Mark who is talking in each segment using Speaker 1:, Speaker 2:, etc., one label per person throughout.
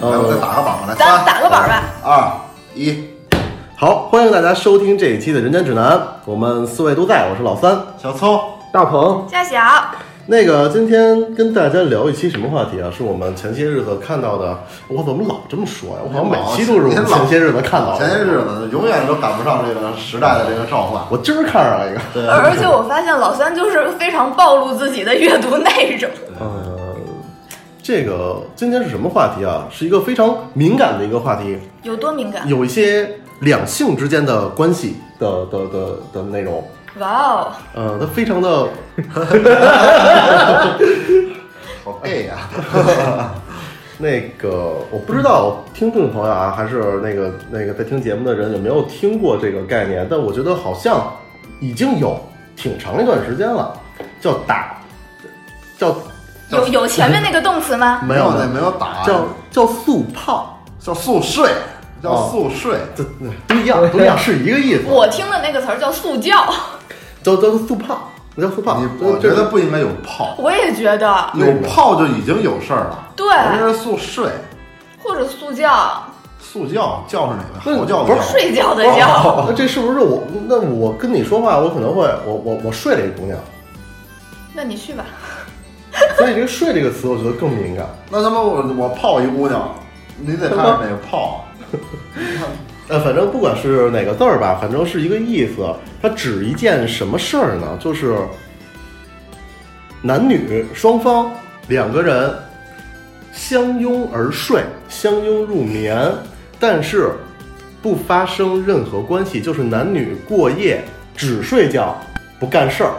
Speaker 1: 来，我再
Speaker 2: 嗯
Speaker 1: 打个榜来。
Speaker 3: 咱打个板儿吧。
Speaker 1: 二一，
Speaker 2: 好，欢迎大家收听这一期的《人间指南》，我们四位都在，我是老三，
Speaker 1: 小聪，
Speaker 4: 大鹏，
Speaker 3: 夏小，
Speaker 2: 那个，今天跟大家聊一期什么话题啊？是我们前些日子看到的。我怎么老这么说呀、我好像每期都是我们前些日子看到的。
Speaker 1: 前些日子永远都赶不上这个时代的这个召唤。
Speaker 2: 我今儿看上了一个。
Speaker 1: 对，
Speaker 3: 而而且我发现老三就是非常暴露自己的阅读内容，
Speaker 4: 嗯
Speaker 2: 呃，这个今天是什么话题啊？是一个非常敏感的一个话题，
Speaker 3: 有多敏感？
Speaker 2: 有一些两性之间的关系的的的的内容。
Speaker 3: 哇哦，
Speaker 2: 呃，它非常的
Speaker 1: 好
Speaker 2: 哎
Speaker 1: 啊 gay 呀、
Speaker 2: 那个，我不知道听众朋友啊，还是那个那个在听节目的人有没有听过这个概念？但我觉得好像已经有挺长一段时间了，叫打，叫
Speaker 3: 有有前面那个动词 吗？
Speaker 2: 没有
Speaker 1: 那
Speaker 2: 的，
Speaker 1: 没有打，啊
Speaker 2: 叫叫速泡，
Speaker 1: 叫速睡，
Speaker 2: 哦
Speaker 1: 叫速睡。
Speaker 2: 这都一 样，都一样，是一个意思，
Speaker 3: 我听的那个词儿叫速教，
Speaker 2: 叫叫速泡，叫速泡。
Speaker 1: 你
Speaker 2: 这
Speaker 1: 我觉
Speaker 2: 这
Speaker 1: 得不应该有泡，
Speaker 3: 我也觉得
Speaker 1: 有泡就已经有事儿了。
Speaker 3: 对，
Speaker 1: 我这是速睡，
Speaker 3: 或者速教，
Speaker 1: 速觉，觉是哪个？
Speaker 2: 那
Speaker 1: 嚎叫
Speaker 2: 不
Speaker 1: 的
Speaker 2: 是
Speaker 1: 觉。
Speaker 3: 睡觉的觉，
Speaker 2: 那哦这是不是我？那我跟你说话，我可能会，我我我睡了一姑娘，
Speaker 3: 那你去吧。
Speaker 2: 所以这个“睡”这个词，我觉得更敏感。
Speaker 1: 那他妈我我泡一姑娘，你得看哪个泡。啊
Speaker 2: 呃，反正不管是哪个字儿吧，反正是一个意思。它指一件什么事儿呢？就是男女双方两个人相拥而睡，相拥入眠，但是不发生任何关系，就是男女过夜，只睡觉不干事儿。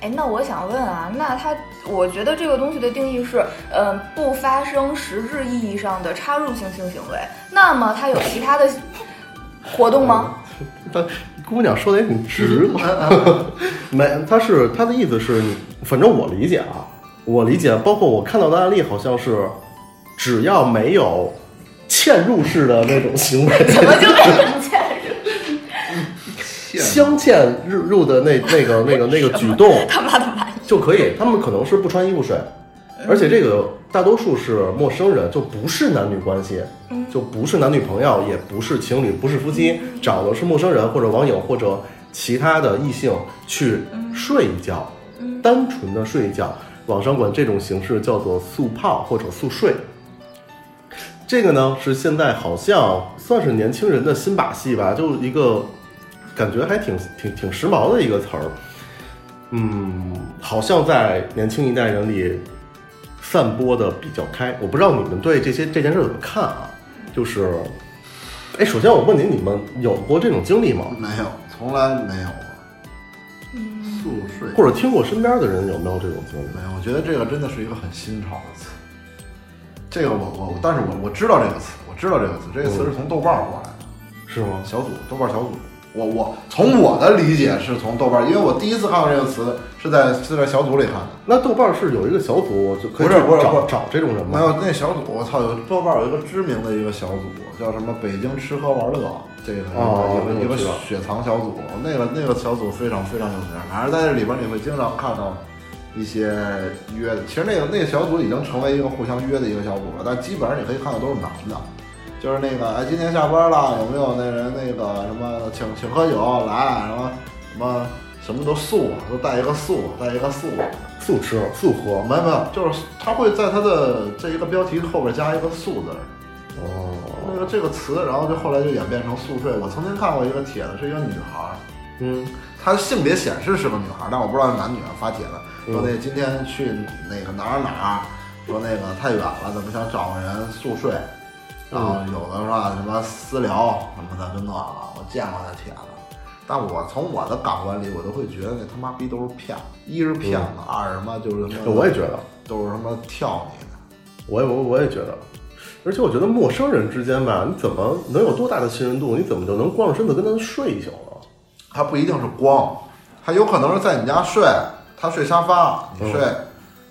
Speaker 3: 哎，那我想问啊，那它，我觉得这个东西的定义是，嗯、不发生实质意义上的插入性性行为。那么它有其他的活动吗？
Speaker 2: 但姑娘说的也挺直嘛， 没，她是她的意思是，反正我理解啊，我理解，包括我看到的案例，好像是只要没有嵌入式的那种行为，
Speaker 3: 怎么就变 成这样？
Speaker 2: 镶嵌入入的那那个那个那个举动
Speaker 3: 他妈的玩意！
Speaker 2: 就可以，他们可能是不穿衣服睡，而且这个大多数是陌生人，就不是男女关系，就不是男女朋友，也不是情侣，不是夫妻，找的是陌生人或者网友或者其他的异性去睡一觉，单纯的睡一觉。网上管这种形式叫做速泡或者速睡。这个呢是现在好像算是年轻人的新把戏吧，就一个感觉还挺挺挺时髦的一个词儿。嗯，好像在年轻一代人里散播的比较开。我不知道你们对这些这件事怎么看啊？就是，哎，首先我问您，你们有过这种经历吗？
Speaker 1: 没有，从来没有过。
Speaker 3: 嗯
Speaker 1: 速睡
Speaker 2: 或者听过身边的人有没有这种经历？
Speaker 1: 没有，我觉得这个真的是一个很新潮的词。这个我我但是我我知道这个词，我知道这个词，这个词是从豆瓣儿过来的。
Speaker 2: 嗯是吗？
Speaker 1: 小组，豆瓣小组。我我从我的理解是从豆瓣，因为我第一次看到这个词是在是在小组里看的。
Speaker 2: 那豆瓣是有一个小组，就可以
Speaker 1: 不是
Speaker 2: 去
Speaker 1: 不是不
Speaker 2: 找
Speaker 1: 是
Speaker 2: 找这种人
Speaker 1: 没
Speaker 2: 吗？
Speaker 1: 有那小组，我操，有豆瓣有一个知名的一个小组，叫什么“北京吃喝玩乐”这个一个、
Speaker 2: 哦
Speaker 1: 一个
Speaker 2: 那
Speaker 1: 一
Speaker 2: 我
Speaker 1: 个
Speaker 2: 知道
Speaker 1: 雪藏小组，那个那个小组非常非常有名，反正在这里边你会经常看到一些约的。其实那个那个小组已经成为一个互相约的一个小组了，但基本上你可以看到都是男的。就是那个，哎，今天下班了，有没有那人那个什么，请请喝酒来，什么什么什么都素，啊都带一个素，带一个素，啊
Speaker 2: 速吃速喝
Speaker 1: 没有没有，就是他会在他的这一个标题后边加一个“素”字儿，
Speaker 2: 哦，
Speaker 1: 那个这个词，然后就后来就演变成“宿睡”。我曾经看过一个帖子，是一个女孩儿，
Speaker 2: 嗯，
Speaker 1: 她性别显示是个女孩儿，但我不知道是男女啊。发帖
Speaker 2: 嗯
Speaker 1: 子说那今天去那个哪儿哪儿哪儿，说那个太远了，怎么想找个人宿睡，
Speaker 2: 嗯
Speaker 1: 然后有的是吧，什么私聊什么的，就那个我见过那帖子，但我从我的感官里，我都会觉得那他妈逼都是骗子，一是骗子，二什么就是什么，
Speaker 2: 嗯我也觉得，
Speaker 1: 都是他妈跳你的，
Speaker 2: 我也我我也觉得，而且我觉得陌生人之间吧，你怎么能有多大的信任度？你怎么就能光着身子跟他睡一宿啊呢？
Speaker 1: 他不一定是光，他有可能是在你家睡，他睡沙发，你睡、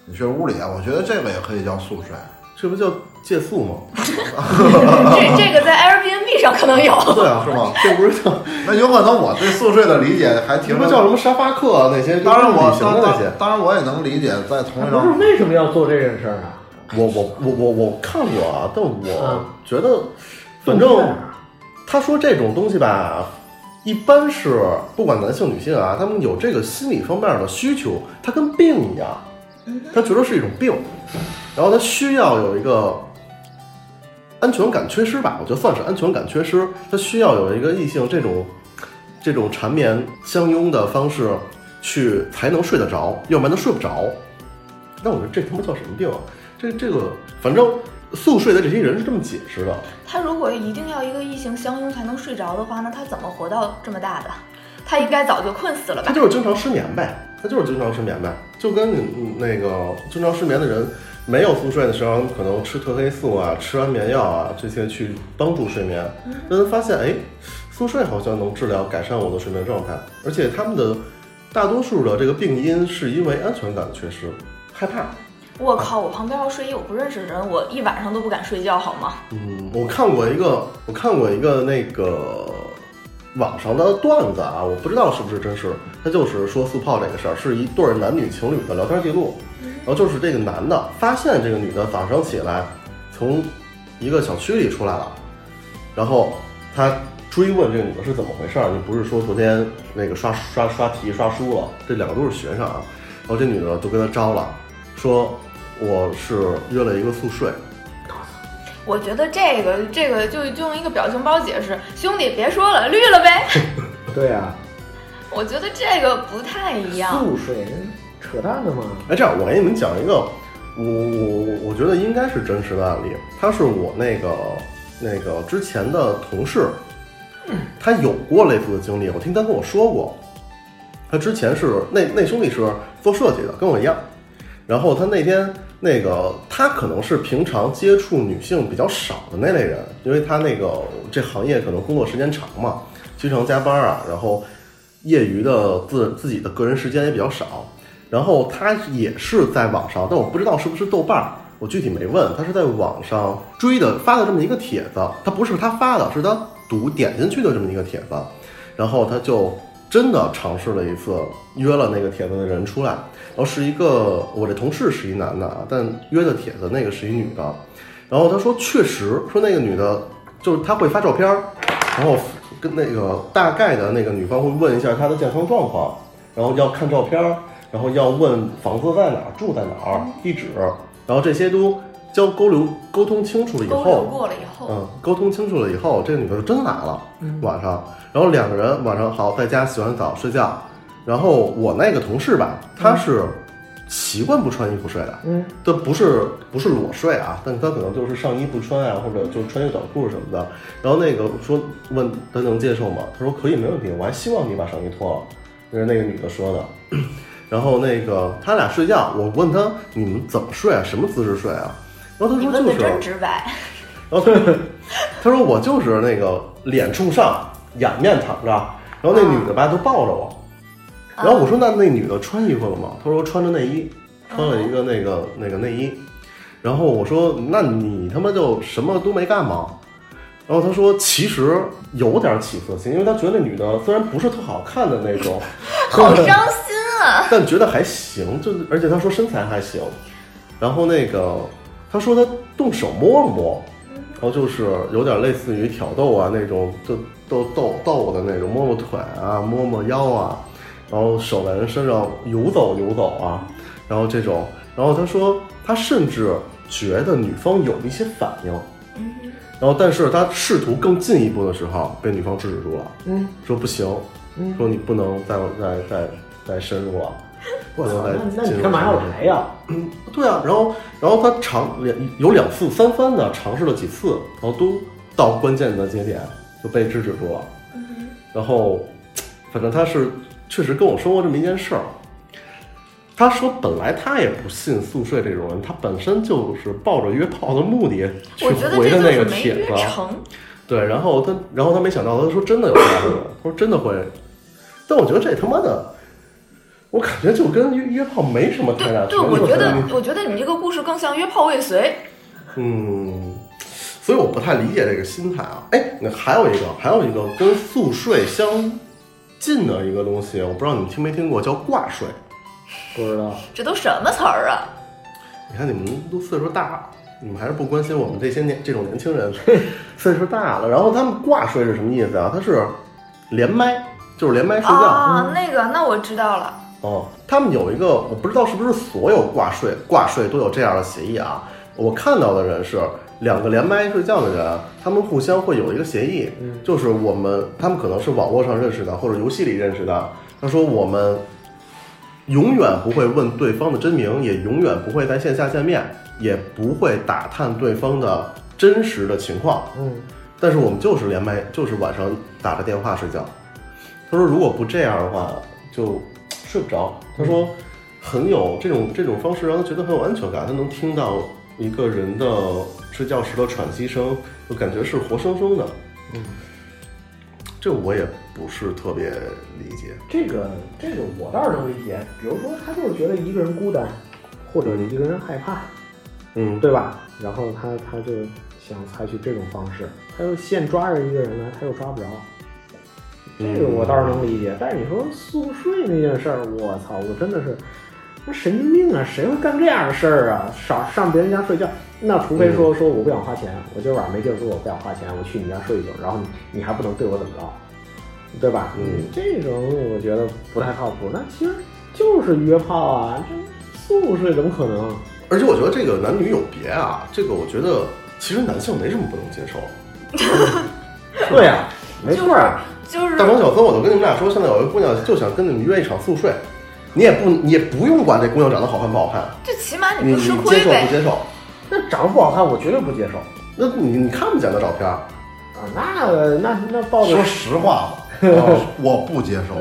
Speaker 1: 你睡屋里，啊我觉得这个也可以叫宿睡。
Speaker 2: 这不叫借宿吗？
Speaker 3: 这这个在 Airbnb 上可能有。
Speaker 2: 对啊，
Speaker 1: 是吗？
Speaker 2: 这不是叫
Speaker 1: 那有可能我对宿睡的理解还
Speaker 2: 什
Speaker 1: 停
Speaker 2: 么
Speaker 1: 留
Speaker 2: 叫什么沙发客啊那些，
Speaker 1: 当然我
Speaker 2: 就是旅行
Speaker 1: 当
Speaker 2: 的那
Speaker 1: 当
Speaker 2: 些，
Speaker 1: 当然我也能理解在同
Speaker 4: 他
Speaker 1: 一
Speaker 4: 不是
Speaker 1: 张，
Speaker 4: 为什么要做这件事儿啊？
Speaker 2: 我我我我我看过啊，但我
Speaker 4: 嗯
Speaker 2: 觉得，反
Speaker 4: 动机在
Speaker 2: 正
Speaker 4: 哪儿
Speaker 2: 他说这种东西吧，一般是不管男性女性啊，他们有这个心理方面的需求，它跟病一样，他觉得是一种病，然后他需要有一个安全感缺失吧，我觉得算是安全感缺失，他需要有一个异性这种这种缠绵相拥的方式去才能睡得着，要不然他睡不着。那我说这他妈叫什么病啊？这这个，反正宿睡的这些人是这么解释的，
Speaker 3: 他如果一定要一个异性相拥才能睡着的话，那他怎么活到这么大的？他应该早就困死了
Speaker 2: 他
Speaker 3: 吧？
Speaker 2: 就是经常失眠呗，他就是经常失眠呗，就跟你嗯那个经常失眠的人没有宿睡的时候，可能吃褪黑素啊、吃安眠药啊这些去帮助睡眠，
Speaker 3: 嗯
Speaker 2: 但他发现哎，宿睡好像能治疗改善我的睡眠状态，而且他们的大多数的这个病因是因为安全感缺失，害怕。
Speaker 3: 我靠！我旁边要睡一我不认识的人，我一晚上都不敢睡觉，好吗？
Speaker 2: 嗯，我看过一个，我看过一个那个网上的段子啊，我不知道是不是真实，他就是说速泡这个事儿，是一对儿男女情侣的聊天记录，然后就是这个男的发现这个女的早上起来从一个小区里出来了，然后他追问这个女的是怎么回事儿，你不是说昨天那个刷刷刷题刷输了？这两个都是学生啊，然后这女的就跟他招了，说我是约了一个宿睡。
Speaker 3: 我觉得这个这个就就用一个表情包解释，兄弟别说了，绿了呗。
Speaker 4: 对啊呀，
Speaker 3: 我觉得这个不太一样。
Speaker 4: 素睡扯淡的嘛。
Speaker 2: 哎，这样我给你们讲一个，我我我我觉得应该是真实的案例，他是我那个那个之前的同事，他有过类似的经历，我听他跟我说过，他之前是那那兄弟是做设计的，跟我一样，然后他那天那个他可能是平常接触女性比较少的那类人，因为他那个这行业可能工作时间长嘛，经常加班啊，然后业余的自自己的个人时间也比较少，然后他也是在网上，但我不知道是不是豆瓣儿，我具体没问。他是在网上追的发的这么一个帖子，他不是他发的，是他读点进去的这么一个帖子，然后他就真的尝试了一次，约了那个帖子的人出来，然后是一个我这同事是一男的啊，但约的帖子那个是一女的，然后他说确实说那个女的，就是他会发照片儿，然后跟那个大概的那个女方会问一下她的健康状况，然后要看照片儿，然后要问房子在哪儿，住在哪儿，地址，然后这些都交沟流沟通清楚了以
Speaker 3: 沟流
Speaker 2: 后，
Speaker 3: 过了以后，嗯
Speaker 2: 嗯，沟通清楚了以后，这个女的就真来了，晚上，然后两个人晚上好在家洗完澡睡觉，然后我那个同事吧，他
Speaker 3: 嗯
Speaker 2: 是习惯不穿衣服睡的，
Speaker 4: 嗯，
Speaker 2: 这不是不是裸睡啊，但他可能就是上衣不穿啊，或者就穿一个短裤什么的。然后那个说问他能接受吗？他说可以，没问题，我还希望你把上衣脱了。那是那个女的说的。 然后那个他俩睡觉，我问他你们怎么睡啊？什么姿势睡啊？然后他
Speaker 3: 你
Speaker 2: 说
Speaker 3: 问
Speaker 2: 就
Speaker 3: 的
Speaker 2: 是，
Speaker 3: 真直白。
Speaker 2: 然后他说 他说我就是那个脸冲上，仰面躺着，然后那女的吧都抱着我，
Speaker 3: 啊
Speaker 2: 然后我说那那女的穿衣服了吗？她说穿着内衣，
Speaker 3: 啊
Speaker 2: 穿了一个那个那个内衣，然后我说那你他妈就什么都没干吗？然后他说其实有点起色心，因为他觉得那女的虽然不是特好看的那种，
Speaker 3: 好伤心 啊！
Speaker 2: 但觉得还行，就是而且他说身材还行，然后那个他说他动手摸了摸，然后就是有点类似于挑逗啊那种，就逗逗逗我的那种，摸摸腿啊，摸摸腰啊，然后手在人身上游走游走啊，然后这种，然后他说他甚至觉得女方有一些反应，然后但是他试图更进一步的时候被女方制止住了，
Speaker 4: 嗯，
Speaker 2: 说不行，说你不能再再再再深入了。
Speaker 4: 我操，
Speaker 2: 不能
Speaker 4: 那
Speaker 2: 再
Speaker 4: 那
Speaker 2: 进
Speaker 4: 你
Speaker 2: 入
Speaker 4: 干嘛
Speaker 2: 深
Speaker 4: 要
Speaker 2: 入
Speaker 4: 来呀？
Speaker 2: 对啊，然后然后他尝两有两次三番的尝试了几次，然后都到关键的节点就被制止住了。
Speaker 4: 嗯
Speaker 2: 然后，反正他是确实跟我说过这么一件事儿。他说本来他也不信宿睡这种人，他本身就是抱着约炮的目的去
Speaker 3: 我觉得
Speaker 2: 回
Speaker 3: 这
Speaker 2: 的那
Speaker 3: 就
Speaker 2: 个
Speaker 3: 是没
Speaker 2: 帖
Speaker 3: 约
Speaker 2: 子。啊
Speaker 3: 成。
Speaker 2: 对，然后他，然后他没想到，他说真的有这样的人，他说真的会，但我觉得这他妈的，我感觉就跟约约炮没什么太大
Speaker 3: 对
Speaker 2: 区别。就
Speaker 3: 对，我觉
Speaker 2: 是
Speaker 3: 得
Speaker 2: 你
Speaker 3: 我觉得你这个故事更像约炮未遂。
Speaker 2: 嗯，所以我不太理解这个心态啊。哎，那还有一个，还有一个跟宿睡相近的一个东西，我不知道你听没听过，叫挂睡。
Speaker 4: 不知道，
Speaker 3: 这都什么词儿啊？
Speaker 2: 你看你们都岁数大了，你们还是不关心我们这些年这种年轻人岁数大了。然后他们挂税是什么意思啊？它是连麦，就是连麦睡觉。
Speaker 3: 啊，那个，那我知道了。
Speaker 2: 哦，他们有一个，我不知道是不是所有挂税挂税都有这样的协议啊。我看到的人是两个连麦睡觉的人，他们互相会有一个协议，
Speaker 4: 嗯
Speaker 2: 就是我们他们可能是网络上认识的，或者游戏里认识的。他说我们永远不会问对方的真名，也永远不会在线下见面，也不会打探对方的真实的情况。
Speaker 4: 嗯，
Speaker 2: 但是我们就是连麦，就是晚上打着电话睡觉。他说如果不这样的话，就睡不着。他说很有这种这种方式让他觉得很有安全感，他能听到一个人的睡觉时的喘息声，就感觉是活生生的。
Speaker 4: 嗯，
Speaker 2: 这我也不是特别理解。
Speaker 4: 这个这个我倒是能理解，比如说他就是觉得一个人孤单，或者一个人害怕，
Speaker 2: 嗯，
Speaker 4: 对吧？然后他他就想采取这种方式，他又现抓着一个人呢，他又抓不着。这个我倒是能理解，但是你说宿睡那件事儿，我操，我真的是，那神经病啊！谁会干这样的事儿啊？少上别人家睡觉，那除非
Speaker 1: 嗯
Speaker 4: 说说我不想花钱，我今儿晚上没地儿住，我不想花钱，我去你家睡一宿，然后你你还不能对我怎么着，对吧？
Speaker 2: 嗯，
Speaker 4: 这种我觉得不太靠谱。那其实就是约炮啊，这宿睡怎么可能？
Speaker 2: 而且我觉得这个男女有别啊，这个我觉得其实男性没什么不能接受。
Speaker 4: 对呀、没错啊，
Speaker 3: 就是
Speaker 2: 大鹏小哥，我都跟你们俩说，现在有一姑娘就想跟你们约一场宿睡，你也不你也不用管这姑娘长得好看不好看，
Speaker 3: 这起码
Speaker 2: 你
Speaker 3: 你
Speaker 2: 你
Speaker 3: 不
Speaker 2: 接
Speaker 3: 吃亏
Speaker 2: 受不
Speaker 3: 呗。
Speaker 2: 接受？
Speaker 4: 那长得不好看，我绝对不接受
Speaker 2: 那你你看不见她照片儿，
Speaker 4: 啊！那那那抱着
Speaker 1: 说实话 吧，我不接受，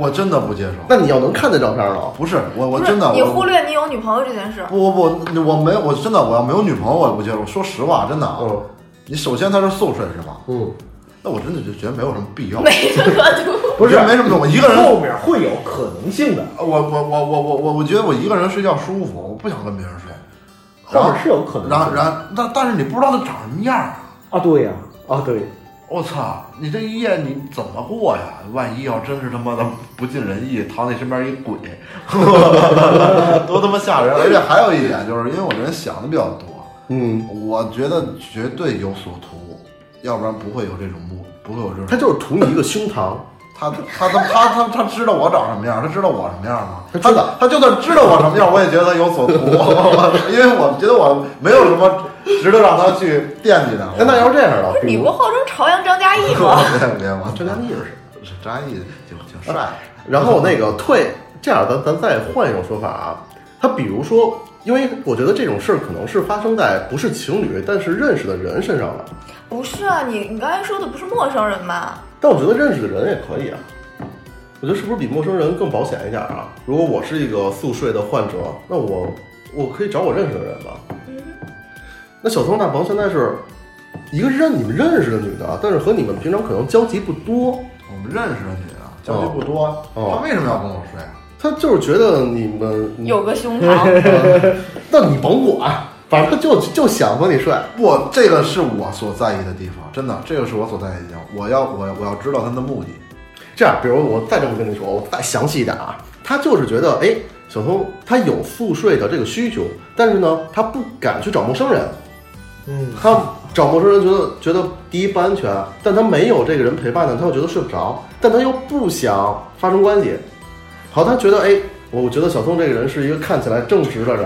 Speaker 1: 我真的不接受。
Speaker 2: 那你要能看见照片儿呢？
Speaker 1: 不是我，我
Speaker 3: 不是
Speaker 1: 真的
Speaker 3: 你
Speaker 1: 我
Speaker 3: 忽略你有女朋友这件事。
Speaker 1: 不不不，我没我真的我要没有女朋友我也不接受。说实话，真的啊，
Speaker 2: 嗯
Speaker 1: 你首先他是宿睡是吧？
Speaker 2: 嗯，
Speaker 1: 那我真的就觉得没有什么必要，
Speaker 3: 没这个度，
Speaker 4: 不是
Speaker 1: 我觉得没什么必要，我一个人。
Speaker 4: 后面会有可能性的，
Speaker 1: 呃我我我我我我我觉得我一个人睡觉舒服，我不想跟别人睡。
Speaker 4: 后面是有可能性的。
Speaker 1: 然后然后，但但是你不知道他长什么样啊！
Speaker 4: 啊，对呀、啊，对，
Speaker 1: 我操，你这一夜你怎么过呀？万一要真是他妈的不尽人意，躺你身边一鬼，多他妈吓人！而且还有一点，就是因为我这人想的比较多，
Speaker 2: 嗯，
Speaker 1: 我觉得绝对有所图，要不然不会有这种目，不会有这
Speaker 2: 他
Speaker 1: 种。
Speaker 2: 就是图你一个胸膛，
Speaker 1: 他他他他他他知道我长什么样，他知道我什么样吗？
Speaker 2: 他
Speaker 1: 他
Speaker 2: 知道
Speaker 1: 他就算知道我什么样，我也觉得他有所 图，因为我觉得我没有什么值得让他去惦记的。
Speaker 2: 哎，那要是这样呢？比
Speaker 3: 你
Speaker 2: 如啊
Speaker 3: 不号称朝阳张嘉 译吗？
Speaker 1: 别别我
Speaker 2: 张嘉译是谁？
Speaker 1: 是张译挺挺帅的，
Speaker 2: 然后那个退，这样咱咱再换一种说法啊，他比如说，因为我觉得这种事儿可能是发生在不是情侣，但是认识的人身上的，
Speaker 3: 不是啊，你你刚才说的不是陌生人吗？
Speaker 2: 但我觉得认识的人也可以啊。我觉得是不是比陌生人更保险一点啊？如果我是一个宿睡的患者，那我我可以找我认识的人吧。那小聪大鹏现在是一个认你们认识的女的，但是和你们平常可能交集不多，
Speaker 1: 我们认识的女的交集不多，
Speaker 2: 哦
Speaker 1: 她为什么要跟我睡啊？
Speaker 2: 她就是觉得你们，
Speaker 3: 有个胸膛，
Speaker 2: 那你甭管，反正她就就想和你睡。
Speaker 1: 不，这个是我所在意的地方，真的，这个是我所在意的地方。我要我我要知道她的目的。
Speaker 2: 这样，比如我再这么跟你说，我再详细一点啊，他就是觉得，哎，小聪他有宿睡的这个需求，但是呢，他不敢去找陌生人，
Speaker 4: 嗯，
Speaker 2: 他找陌生人觉得觉得第一不安全，但他没有这个人陪伴呢，他又觉得睡不着，但他又不想发生关系，好，他觉得，哎，我觉得小聪这个人是一个看起来正直的人，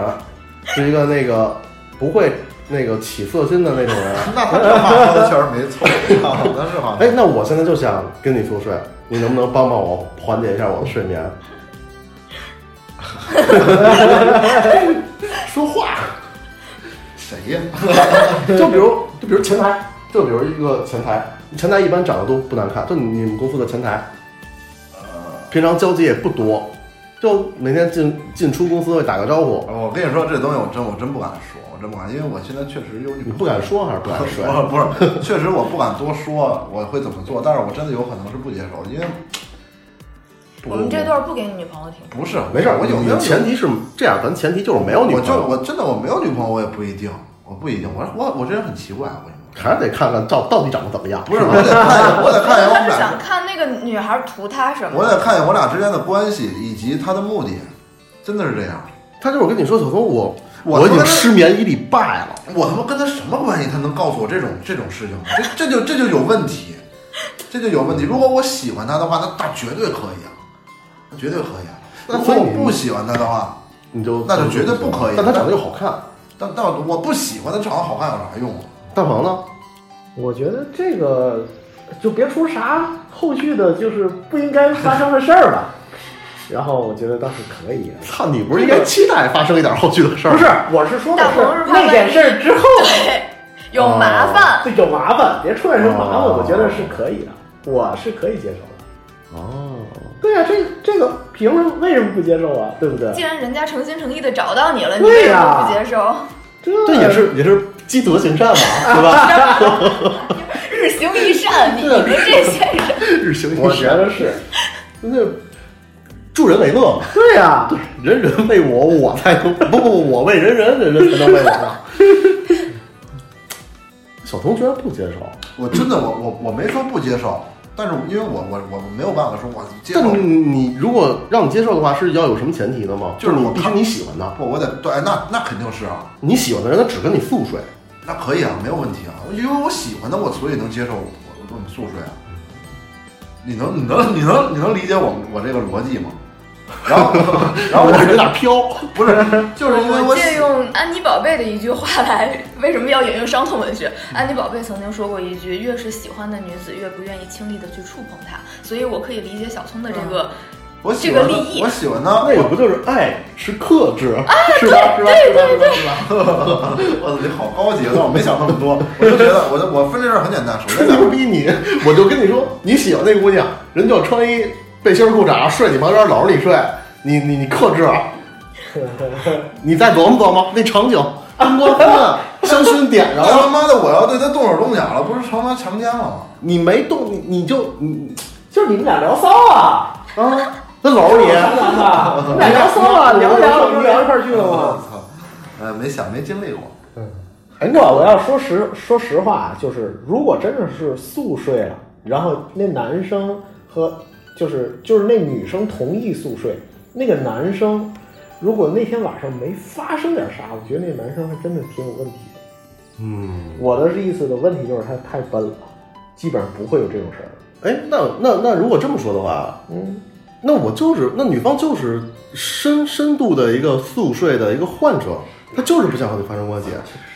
Speaker 2: 是一个那个不会那个起色心的那种人，啊
Speaker 1: 那她这话说的确实没错， 那是好。
Speaker 2: 哎，那我现在就想跟你宿睡，你能不能帮帮我缓解一下我的睡眠？说话，
Speaker 1: 谁呀？
Speaker 2: 就比如，就比如前台，就比如一个前台，前台一般长得都不难看，就你们公司的前台，平常交集也不多，就每天进进出公司会打个招呼，
Speaker 1: 哦我跟你说，这东西我真我真不敢说，我真不敢，因为我现在确实有女
Speaker 2: 你
Speaker 1: 朋友
Speaker 2: 不敢说还是不敢睡？
Speaker 1: 我不是，确实我不敢多说我会怎么做，但是我真的有可能是不接受，因为
Speaker 3: 我们这段不给你女朋友听。
Speaker 1: 不是
Speaker 2: 没事儿，
Speaker 1: 我有
Speaker 2: 你
Speaker 1: 没有
Speaker 2: 的前提是这样，咱前提就是没有女
Speaker 1: 我
Speaker 2: 朋
Speaker 1: 就
Speaker 2: 友，
Speaker 1: 我真的我没有女朋友，我也不一定，我不一定，我我我这人很奇怪，我跟你 说，
Speaker 2: 还是得看看到到底长得怎么样。
Speaker 1: 不是我得看，我得看一眼我
Speaker 3: 他
Speaker 1: 们
Speaker 3: 是想
Speaker 1: 俩，
Speaker 3: 看那个女孩图他什
Speaker 1: 我
Speaker 3: 么？
Speaker 1: 得看一眼我俩之间的关系以及他的目的，真的是这样。
Speaker 2: 他就是跟你说，小松，我
Speaker 1: 我
Speaker 2: 我已
Speaker 1: 他妈
Speaker 2: 经
Speaker 1: 跟
Speaker 2: 失眠一礼拜了。
Speaker 1: 我他妈跟他什么关系？他能告诉我这种这种事情吗？这这就这就有问题，这就有问题。如果我喜欢他的话，那那绝对可以啊，那绝对可以啊。
Speaker 2: 那
Speaker 1: 如果
Speaker 2: 所以
Speaker 1: 我不喜欢他的话，
Speaker 2: 你就
Speaker 1: 那就绝对不可以
Speaker 2: 但他长得又好看，
Speaker 1: 但但我不喜欢他长得好看有啥用啊？
Speaker 2: 大鹏呢？
Speaker 4: 我觉得这个就别说啥后续的，就是不应该发生的事儿了。 然后我觉得倒是可以啊的，
Speaker 2: 操，你不是应该期待发生一点后续的事儿？
Speaker 4: 不是，，我是说的
Speaker 3: 大
Speaker 4: 是
Speaker 3: 鹏是怕
Speaker 4: 那件事儿之后
Speaker 3: 对，有麻烦。
Speaker 4: 就有麻烦，别出来什么麻烦，
Speaker 2: 哦
Speaker 4: 我觉得是可以的，我是可以接受的。
Speaker 2: 哦，
Speaker 4: 对呀、这这个凭什么为什么不接受啊？对不对？
Speaker 3: 既然人家诚心诚意的找到你了，你为
Speaker 4: 对
Speaker 3: 什
Speaker 4: 呀
Speaker 3: 么不接受？
Speaker 4: 这
Speaker 2: 这也是也是积德行善嘛，对吧？
Speaker 3: 日行一善，你你们这些 人，
Speaker 2: 日行一
Speaker 4: 我觉
Speaker 2: 善，
Speaker 4: 得是
Speaker 2: 那助人为乐嘛，
Speaker 4: 对呀、
Speaker 2: 人人为我，我才能不不不，我为人人，人人才能为我嘛。 小童居然不接受，
Speaker 1: 我真的我我我没说不接受，但是因为我我我没有办法说我接受
Speaker 2: 但你如果让你接受的话，是要有什么前提的吗？
Speaker 1: 就是
Speaker 2: 你
Speaker 1: 我
Speaker 2: 必须
Speaker 1: 看
Speaker 2: 你喜欢他，
Speaker 1: 不，我得对，哎那那肯定是啊，
Speaker 2: 你喜欢的人他只跟你宿睡，
Speaker 1: 那可以啊，没有问题啊，因为我喜欢的，我所以能接受我我跟你诉说呀。你能你能你能你能理解我我这个逻辑吗？然后 然
Speaker 2: 然
Speaker 1: 后
Speaker 2: 后我
Speaker 1: 我
Speaker 2: 有点飘。
Speaker 1: 不是 就是因为
Speaker 3: 我
Speaker 1: 我
Speaker 3: 借
Speaker 1: 喜
Speaker 3: 用安妮宝贝的一句话来，为什么要引用伤痛文学？
Speaker 1: 嗯
Speaker 3: 安妮宝贝曾经说过一句：“越是喜欢的女子，越不愿意轻易的去触碰她。”所以，我可以理解小聪的这个，
Speaker 1: 我喜欢
Speaker 3: 这个
Speaker 1: 的
Speaker 3: 利益
Speaker 1: 我喜欢的哎
Speaker 2: 那个不就是爱是克制，是吧？是吧？是吧？是吧？是吧？
Speaker 1: 我操你好高级，啊但我没想那么多，我就觉得我就我分这事儿很简单，首
Speaker 2: 吹
Speaker 1: 先咱
Speaker 2: 牛逼你，我就跟你说，你喜欢那姑娘，人就穿一背心儿裤衩睡你旁边，搂着你睡，你你你克制，啊你再琢磨琢磨那场景，灯光昏暗，啊香薰点着
Speaker 1: 然后他
Speaker 2: 了，
Speaker 1: 妈的我要对他动手动脚了，不是成他妈强奸了吗？
Speaker 2: 你没动，你你就你
Speaker 4: 就是你们俩聊骚啊，
Speaker 2: 啊，他搂着你，
Speaker 4: 咱俩吧 你们俩哦聊骚啊，聊聊能聊一块儿去了吗？
Speaker 1: 我操，呃，没想没经历过，
Speaker 4: 哎，那我要说实说实话，啊就是如果真的是宿睡了，然后那男生和就是就是那女生同意宿睡，那个男生如果那天晚上没发生点啥，我觉得那男生还真的挺有问题的。
Speaker 2: 嗯，
Speaker 4: 我的意思的问题就是他太笨了，基本上不会有这种事儿。
Speaker 2: 哎，那那那如果这么说的话，
Speaker 4: 嗯，
Speaker 2: 那我就是那女方就是深深度的一个宿睡的一个患者，她就是不想和你发生关系。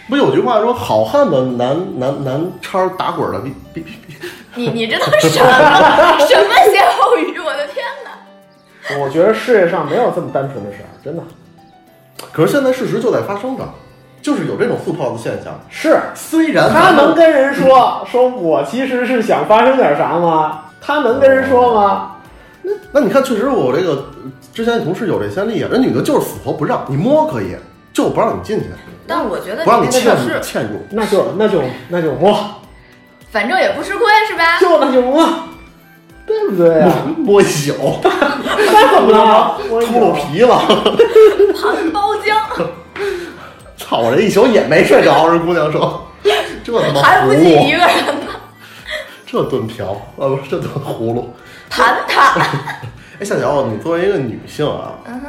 Speaker 2: 不有句话说，好汉的男男男叉打滚儿的比比比比
Speaker 1: 嗯
Speaker 3: 你你这都什么什么歇后语？我的天哪！
Speaker 4: 我觉得世界上没有这么单纯的事儿，真的
Speaker 2: 可是现在事实就在发生着，就是有这种速泡的现象。
Speaker 4: 是
Speaker 2: 虽然
Speaker 4: 他
Speaker 2: 咱们
Speaker 4: 能跟人说说我其实是想发生点啥吗？他能跟人说吗？
Speaker 2: 那你看，确实我这个呃之前同事有这先例啊，人女的就是死活不让你摸可以，就不让你进去，
Speaker 3: 但我觉得
Speaker 2: 不让你
Speaker 3: 这
Speaker 2: 嵌
Speaker 3: 个
Speaker 2: 入
Speaker 3: 是，
Speaker 2: 嵌入。
Speaker 4: 那就那就那就摸，
Speaker 3: 反正也不吃亏，是吧？
Speaker 4: 就那就摸，对不对啊？
Speaker 2: 摸一宿，
Speaker 4: 那怎么了？我
Speaker 2: 秃噜皮了，
Speaker 3: 含包 浆，
Speaker 2: 操！我这一宿也没睡着。这姑娘说，这他妈
Speaker 3: 还不
Speaker 2: 葫
Speaker 3: 及一
Speaker 2: 芦，
Speaker 3: 个人呢，
Speaker 2: 这炖瓢，呃，不是这炖葫芦。
Speaker 3: 盘 他。
Speaker 2: 哎，夏乔，你作为一个女性啊，
Speaker 3: 嗯哼，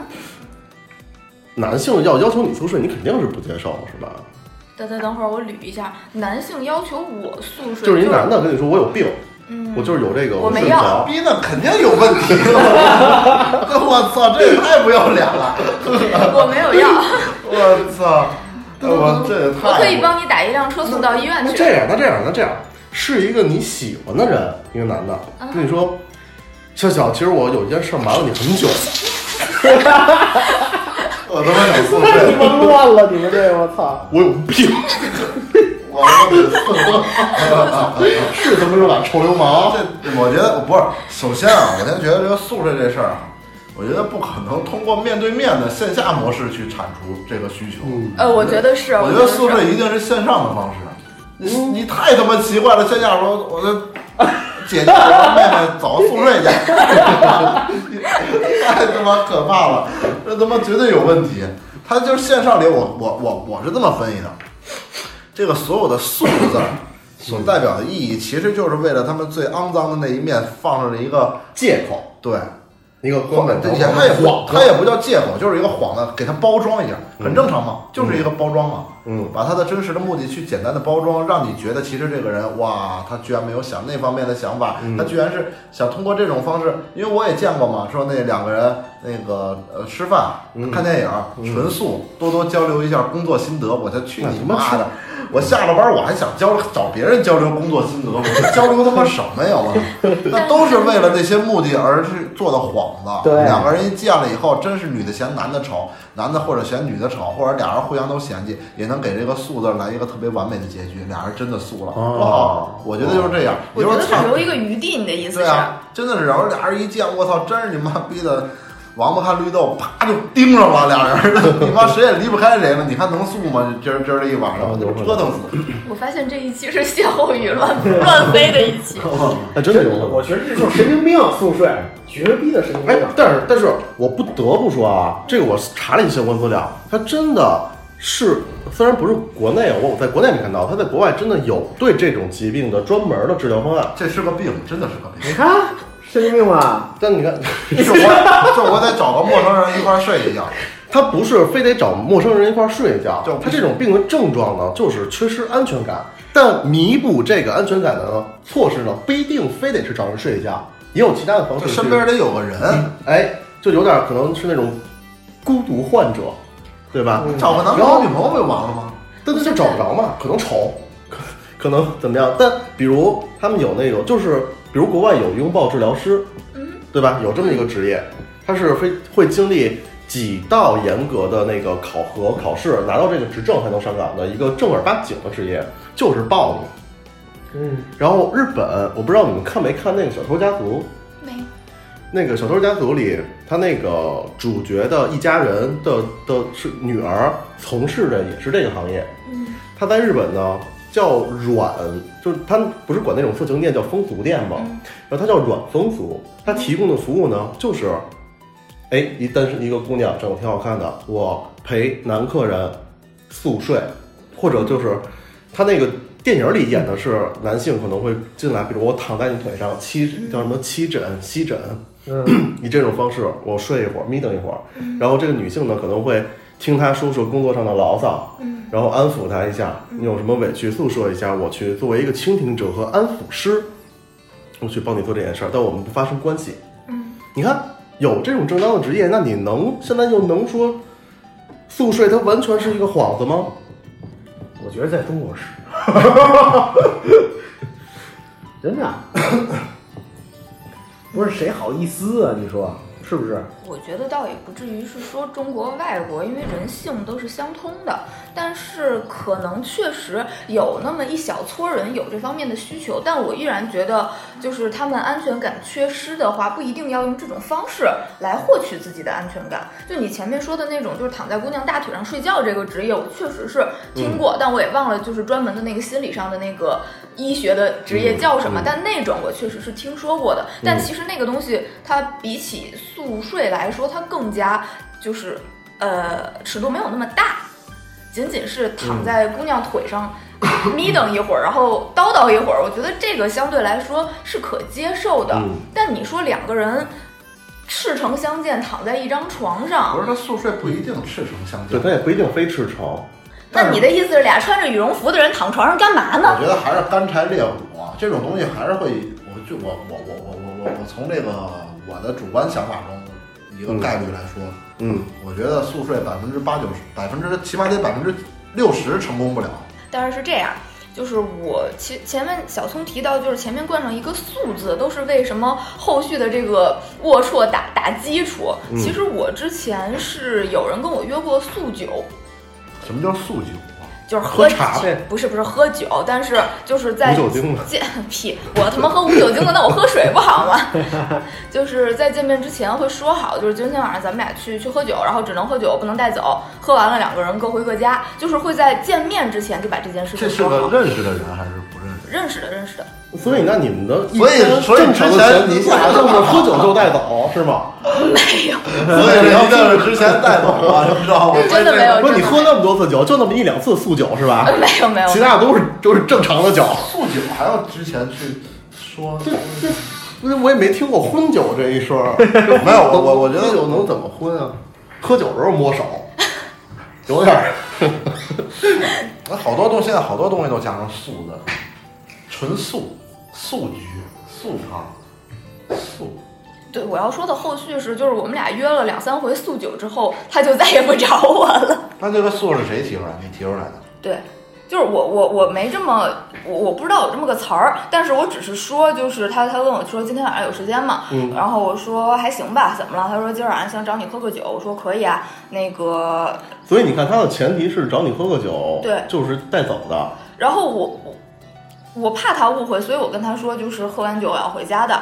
Speaker 2: 男性要要求你宿睡，你肯定是不接受，是吧？
Speaker 3: 等等等会儿，我捋一下。男性要求我宿睡，
Speaker 2: 就是一男，的跟你说我有病，
Speaker 3: 嗯，
Speaker 2: 我就是有这个，
Speaker 3: 我没
Speaker 2: 睡不
Speaker 3: 要
Speaker 2: 着。
Speaker 1: 逼那肯定有问题了， 我操，这也太不要脸了，
Speaker 3: 我没有要。
Speaker 1: 我操， 我这也太
Speaker 3: 我可以帮你打一辆车送到医院
Speaker 2: 那
Speaker 3: 去。
Speaker 2: 这样，那这样，那这样，是一个你喜欢的人，一个男的
Speaker 3: 啊
Speaker 2: 跟你说，小小，其实我有一件事儿瞒了你很久，
Speaker 1: 我他妈想宿
Speaker 4: 那
Speaker 1: 醉，
Speaker 4: 你们乱了，你们这我操！
Speaker 2: 我有病，
Speaker 1: 我他妈宿醉。
Speaker 2: 啊 是他妈说俩臭流氓，
Speaker 1: 这我觉得不是，首先啊，我先觉得这个宿舍这事儿啊，我觉得不可能通过面对面的线下模式去铲除这个需求。
Speaker 2: 嗯
Speaker 3: 呃，我觉得是，
Speaker 1: 我觉
Speaker 3: 得
Speaker 1: 得宿舍
Speaker 3: 是。啊嗯
Speaker 1: 一定是线上的方式。你你太他妈奇怪了，线下说我这姐姐我妹妹早宿舍去， 太他妈可怕了，这他妈绝对有问题。他就是线上里我我我我是这么分析的，这个所有的“素”字儿所代表的意义，其实就是为了他们最肮脏的那一面放上了一个
Speaker 2: 借口，
Speaker 1: 对，
Speaker 2: 一个根本
Speaker 1: 以前他也不
Speaker 2: 晃，
Speaker 1: 他也不叫借口，就是一个幌子，给他包装一下，很正常嘛，就是一个包装嘛。
Speaker 2: 嗯，
Speaker 1: 把他的真实的目的去简单的包装，让你觉得其实这个人哇，他居然没有想那方面的想法，他居然是想通过这种方式，因为我也见过嘛，说那两个人那个呃吃饭、看电影、纯素，多多交流一下工作心得，我才去
Speaker 2: 那
Speaker 1: 你
Speaker 2: 他妈
Speaker 1: 妈
Speaker 2: 是
Speaker 1: 的！我下了班我还想交找别人交流工作心得，我这交流他妈什么呀？我操那都是为了那些目的而是做的幌子。
Speaker 4: 对
Speaker 1: 两个人一见了以后，真是女的嫌男的丑，男的或者嫌女的丑，或者俩人互相都嫌弃，也能给这个素字来一个特别完美的结局，俩人真的素了，
Speaker 2: 哦
Speaker 1: 多好！我觉得就是这样。
Speaker 3: 我
Speaker 1: 你
Speaker 3: 觉
Speaker 1: 说
Speaker 3: 得
Speaker 1: 操
Speaker 3: 是，留一个余地，你的意思
Speaker 1: 对
Speaker 3: 是？
Speaker 1: 啊，真的是，然后俩人一见，我操，真是你妈逼的。王八看绿豆，啪就盯上了俩人， 你妈谁也离不开谁了。你看能素吗？今儿今儿这一晚
Speaker 2: 哦
Speaker 1: 上，就折腾死。
Speaker 3: 我发现这一期是歇后语乱 乱飞的一期。
Speaker 2: 哎，真的有可能
Speaker 4: 我。觉得这就是神经病，宿睡，绝逼的神经
Speaker 2: 哎
Speaker 4: 病。，
Speaker 2: 但是但是我不得不说啊，这个我查了一些相关资料，它真的是虽然不是国内，啊我我在国内没看到，它在国外真的有对这种疾病的专门的治疗方案。
Speaker 1: 这是个病，真的是个 病。
Speaker 4: 你看，神经病吧？
Speaker 2: 但你看，
Speaker 1: 就我就我得找个陌生人一块儿睡一觉，
Speaker 2: 它不是非得找陌生人一块儿睡一觉
Speaker 1: 就，
Speaker 2: 它这种病的症状呢，就是缺失安全感。但弥补这个安全感的呢措施呢，不一定非得是找人睡一觉，也有其他的方式
Speaker 1: 就
Speaker 2: 去。
Speaker 1: 身边得有个人，
Speaker 2: 哎，就有点可能是那种孤独患者，对吧？
Speaker 4: 嗯
Speaker 1: 找个男朋友女朋友不就完了吗？
Speaker 2: 但他就找不着嘛，可能丑，可可能怎么样？但比如他们有那种，就是比如国外有拥抱治疗师，对吧？有这么一个职业，他是非会经历几道严格的那个考核考试，拿到这个执证才能上岗的一个正儿八经的职业，就是抱你。
Speaker 4: 嗯，
Speaker 2: 然后日本，我不知道你们看没看那个《小偷家族》，
Speaker 3: 没，
Speaker 2: 那个《小偷家族》里，他那个主角的一家人的的是女儿，从事的也是这个行业。
Speaker 3: 嗯，
Speaker 2: 他在日本呢叫软，就是他不是管那种色情店叫风俗店吗？
Speaker 3: 嗯
Speaker 2: 然后他叫软风俗，他提供的服务呢就是，哎，一单身一个姑娘长得挺好看的，我陪男客人宿睡，或者就是他那个电影里演的是男性可能会进来，比如我躺在你腿上七叫什么七枕吸枕，
Speaker 4: 嗯，
Speaker 2: 以这种方式，我睡一会儿，眯瞪一会儿，
Speaker 3: 嗯
Speaker 2: 然后这个女性呢可能会听她说说工作上的牢骚，
Speaker 3: 嗯
Speaker 2: 然后安抚她一下，你有什么委屈诉说一下，我去作为一个倾听者和安抚师，我去帮你做这件事儿，但我们不发生关系。
Speaker 3: 嗯，
Speaker 2: 你看有这种正当的职业，那你能现在又能说宿睡它完全是一个幌子吗？
Speaker 4: 我觉得在中国是， 真的，啊不是谁好意思啊？你说是 不是？
Speaker 3: 我觉得倒也不至于是说中国外国，因为人性都是相通的，但是可能确实有那么一小撮人有这方面的需求，但我依然觉得，就是他们安全感缺失的话，不一定要用这种方式来获取自己的安全感。就你前面说的那种，就是躺在姑娘大腿上睡觉这个职业，我确实是听过，但我也忘了就是专门的那个心理上的那个医学的职业叫什么，
Speaker 2: 嗯嗯
Speaker 3: 但那种我确实是听说过的。但
Speaker 1: 嗯
Speaker 3: 其实那个东西，它比起宿睡来说，它更加就是呃尺度没有那么大，仅仅是
Speaker 1: 嗯
Speaker 3: 躺在姑娘腿上眯瞪一会儿，然后叨叨一会儿，我觉得这个相对来说是可接受的。
Speaker 2: 嗯
Speaker 3: 但你说两个人赤诚相见，躺在一张床上
Speaker 1: 不，是他宿睡不一定赤诚相
Speaker 2: 对，
Speaker 1: 见，
Speaker 2: 它也不一定非赤诚。
Speaker 1: 但
Speaker 3: 那
Speaker 1: 是
Speaker 3: 你的意思是俩穿着羽绒服的人躺床上干嘛
Speaker 1: 我
Speaker 3: 呢？
Speaker 1: 觉得还是干柴烈火啊这种东西还是会，我就我我我我我我我从这个我的主观想法中一个概率来说，
Speaker 2: 嗯，
Speaker 1: 我觉得宿睡百分之八九十，百分之起码得百分之六十成功不了。
Speaker 3: 但是是这样，就是我前前面小聪提到，就是前面冠上一个“素”字，都是为什么后续的这个龌龊打打基础。
Speaker 2: 嗯
Speaker 3: 其实我之前是有人跟我约过宿酒，
Speaker 1: 什么叫宿酒啊？
Speaker 3: 就是
Speaker 2: 喝
Speaker 3: 喝
Speaker 2: 茶
Speaker 3: 酒
Speaker 2: 呗
Speaker 3: 不是不是喝酒，但是就是在
Speaker 2: 无酒精的。
Speaker 3: 见 屁，我他妈喝无酒精的，那我喝水不好吗？ 就是在见面之前会说好，就是今天晚上咱们俩去去喝酒，然后只能喝酒，不能带走。喝完了两个人各回各家，就是会在见面之前就把这件事情
Speaker 1: 这是
Speaker 3: 说
Speaker 1: 个
Speaker 3: 好。
Speaker 1: 认识的人还是不认识？
Speaker 3: 认识的认识的，
Speaker 2: 嗯所以那你们的一
Speaker 1: 所以
Speaker 2: 般
Speaker 1: 所以
Speaker 2: 正常的
Speaker 1: 之前
Speaker 2: 前提
Speaker 1: 你
Speaker 2: 下
Speaker 1: 想
Speaker 2: 就是喝酒就带走是吗？
Speaker 3: 没有，
Speaker 1: 所以要认识之前带走啊，你知道吗？
Speaker 3: 真的没有
Speaker 2: 不是你喝那么多次酒，就那么一两次宿酒是吧？
Speaker 3: 没有没有
Speaker 2: 其，他的都是都是正常的酒。
Speaker 1: 宿酒还要之前去说，
Speaker 2: 这这那我也没听过婚酒这一说，
Speaker 1: 没有我我觉
Speaker 2: 喝酒
Speaker 1: 得
Speaker 2: 能怎么婚啊？喝酒的时候摸手，有点儿
Speaker 1: 好多东西现在好多东西都加上素字，纯素、素局、素汤、素。
Speaker 3: 对，我要说的后续是，就是我们俩约了两三回宿酒之后，他就再也不找我了。
Speaker 1: 那这个素是谁提出来？你提出来的？
Speaker 3: 对，就是我我我没这么，我我不知道有这么个词儿，但是我只是说，就是他他问我说今天晚上有时间吗？
Speaker 2: 嗯
Speaker 3: 然后我说还行吧，怎么了？他说今儿晚上想找你喝个酒，我说可以啊。那个，
Speaker 2: 所以你看，他的前提是找你喝个酒，
Speaker 3: 对
Speaker 2: 就是带走的。
Speaker 3: 然后我我我怕他误会，所以我跟他说就是喝完酒我要回家的。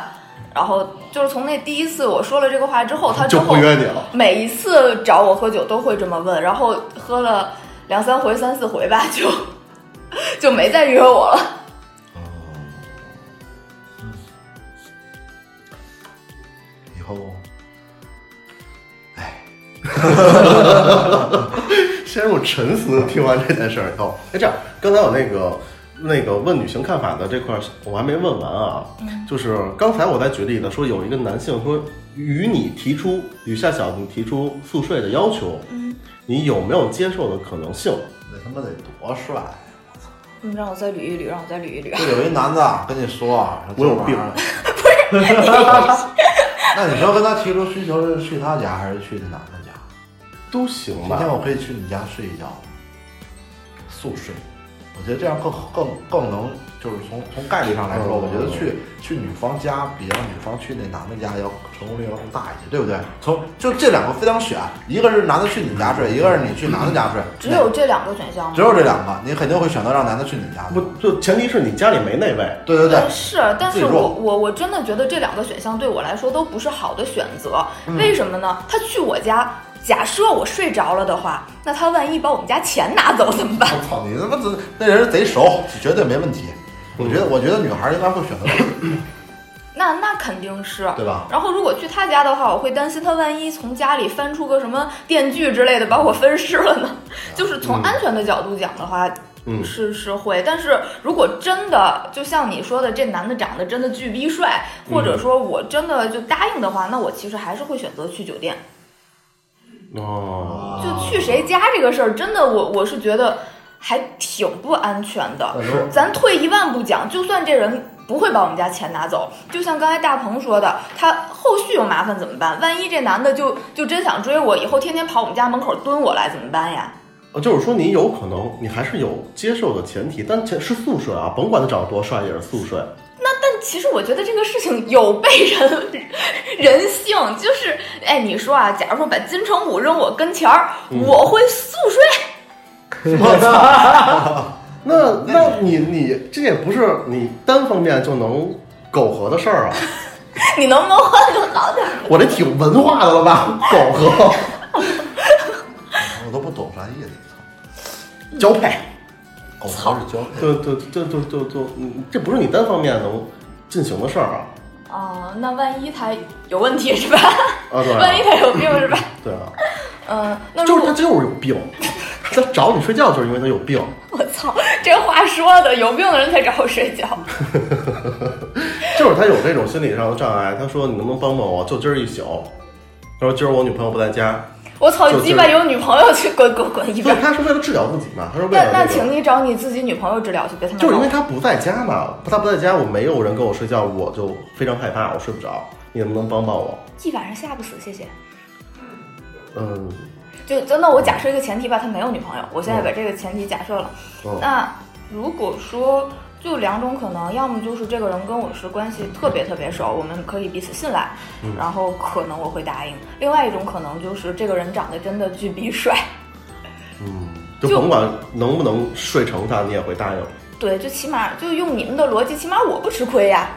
Speaker 3: 然后就是从那第一次我说了这个话之后，他之
Speaker 2: 就
Speaker 3: 后
Speaker 2: 不约你了。
Speaker 3: 每一次找我喝酒都会这么问，然后喝了两三回、三四回吧，就 就没再约我了。
Speaker 1: 以后
Speaker 2: 陷入沉思。听完这件事儿以后，哎，这样，刚才我那个那个问女性看法的这块儿，我还没问完啊。
Speaker 3: 嗯
Speaker 2: 就是刚才我在举例呢，说有一个男性说与你提出与夏小你提出宿睡的要求，
Speaker 3: 嗯，
Speaker 2: 你有没有接受的可能性？
Speaker 1: 那他妈得多帅！啊
Speaker 3: 你让我再捋一捋，让我再捋一捋。
Speaker 1: 就有一男的跟你说啊，
Speaker 2: 我有病
Speaker 1: 那你说跟他提出需求是去他家还是去那男的家？
Speaker 2: 都行
Speaker 1: 今天
Speaker 2: 吧？
Speaker 1: 我可以去你家睡一觉，速睡。我觉得这样更更更能，就是从从概率上来
Speaker 2: 嗯
Speaker 1: 说，我觉得去去女方家比让女方去那男的家要成功率要更大一些，对不对？从就这两个非常选，一个是男的去你家睡，一个是你去男的家睡，
Speaker 3: 只有这两个选项吗？
Speaker 1: 只有这两个，你肯定会选择让男的去你家
Speaker 2: 不
Speaker 1: 睡。，
Speaker 2: 就前提是你家里没那位。
Speaker 1: 对对对
Speaker 3: 嗯，是，但
Speaker 1: 自
Speaker 3: 是
Speaker 1: 己弱
Speaker 3: 我我我真的觉得这两个选项对我来说都不是好的选择。
Speaker 1: 嗯
Speaker 3: 为什么呢？他去我家，假设我睡着了的话，那他万一把我们家钱拿走怎么办？
Speaker 1: 我操，你他妈贼那人贼熟，绝对没问题。我觉得我觉得女孩应该会选择这个，
Speaker 3: 那那肯定是，
Speaker 1: 对吧？
Speaker 3: 然后如果去他家的话，我会担心他万一从家里翻出个什么电锯之类的把我分尸了呢。就是从安全的角度讲的话，
Speaker 2: 嗯
Speaker 3: 是是会。但是如果真的就像你说的，这男的长得真的巨逼帅，或者说我真的就答应的话，那我其实还是会选择去酒店。
Speaker 2: 哦，
Speaker 3: 就去谁家这个事儿，真的我我是觉得还挺不安全的。
Speaker 1: 是
Speaker 3: 咱退一万步讲，就算这人不会把我们家钱拿走，就像刚才大鹏说的，他后续有麻烦怎么办？万一这男的就就真想追我，以后天天跑我们家门口蹲我来怎么办呀？
Speaker 2: 呃就是说你有可能，你还是有接受的前提，但前是宿睡啊，甭管他长得多帅，也是宿睡。
Speaker 3: 但其实我觉得这个事情有悖人人性，就是哎，你说啊，假如说把金城武扔我跟前儿，
Speaker 2: 嗯
Speaker 3: 我会速睡。
Speaker 2: 嗯那那你你这也不是你单方面就能苟合的事儿啊！
Speaker 3: 你能不能换个好点儿？
Speaker 2: 我这挺文化的了吧？苟合、
Speaker 1: 我都不懂啥意思。
Speaker 2: 交配，
Speaker 1: 狗头是交配，
Speaker 2: 就就就就就就，嗯这不是你单方面能进行的事儿啊！
Speaker 3: 哦、那万一他有问题是吧？
Speaker 2: 啊，对
Speaker 3: 万一
Speaker 2: 啊，
Speaker 3: 他有病是吧？
Speaker 2: 对啊，
Speaker 3: 嗯，那
Speaker 2: 就
Speaker 3: 如
Speaker 2: 是他
Speaker 3: 果
Speaker 2: 就是有病，他找你睡觉就是因为他有病。
Speaker 3: 我操，这话说的，有病的人才找我睡觉。
Speaker 2: 就是他有这种心理上的障碍，他说你能不能帮帮我？就今儿一宿，他说今儿我女朋友不在家，
Speaker 3: 我操，
Speaker 2: 就
Speaker 3: 鸡巴有女朋友去滚滚滚一
Speaker 2: 所以
Speaker 3: 边。
Speaker 2: 他是为了治疗自己嘛，他是为
Speaker 3: 那
Speaker 2: 了、
Speaker 3: 那
Speaker 2: 那个。
Speaker 3: 请你哦找你自己女朋友治疗去，别他妈找
Speaker 2: 就是因
Speaker 3: 我
Speaker 2: 为他不在家嘛，他不在家，我没有人跟我睡觉，我就非常害怕，我睡不着。你能不能帮帮我？
Speaker 3: 一晚上吓不死，谢谢。
Speaker 2: 嗯，
Speaker 3: 就就那我假设一个前提吧，他没有女朋友，我现在把这个前提假设了。
Speaker 2: 嗯
Speaker 3: 那如果说就两种可能，要么就是这个人跟我是关系特别特别熟，我们可以彼此信赖，
Speaker 2: 嗯
Speaker 3: 然后可能我会答应；另外一种可能就是这个人长得真的巨逼帅，
Speaker 2: 嗯就
Speaker 3: 就
Speaker 2: 甭管能不能睡成他，你也会答应。
Speaker 3: 对，就起码就用你们的逻辑，起码我不吃亏呀。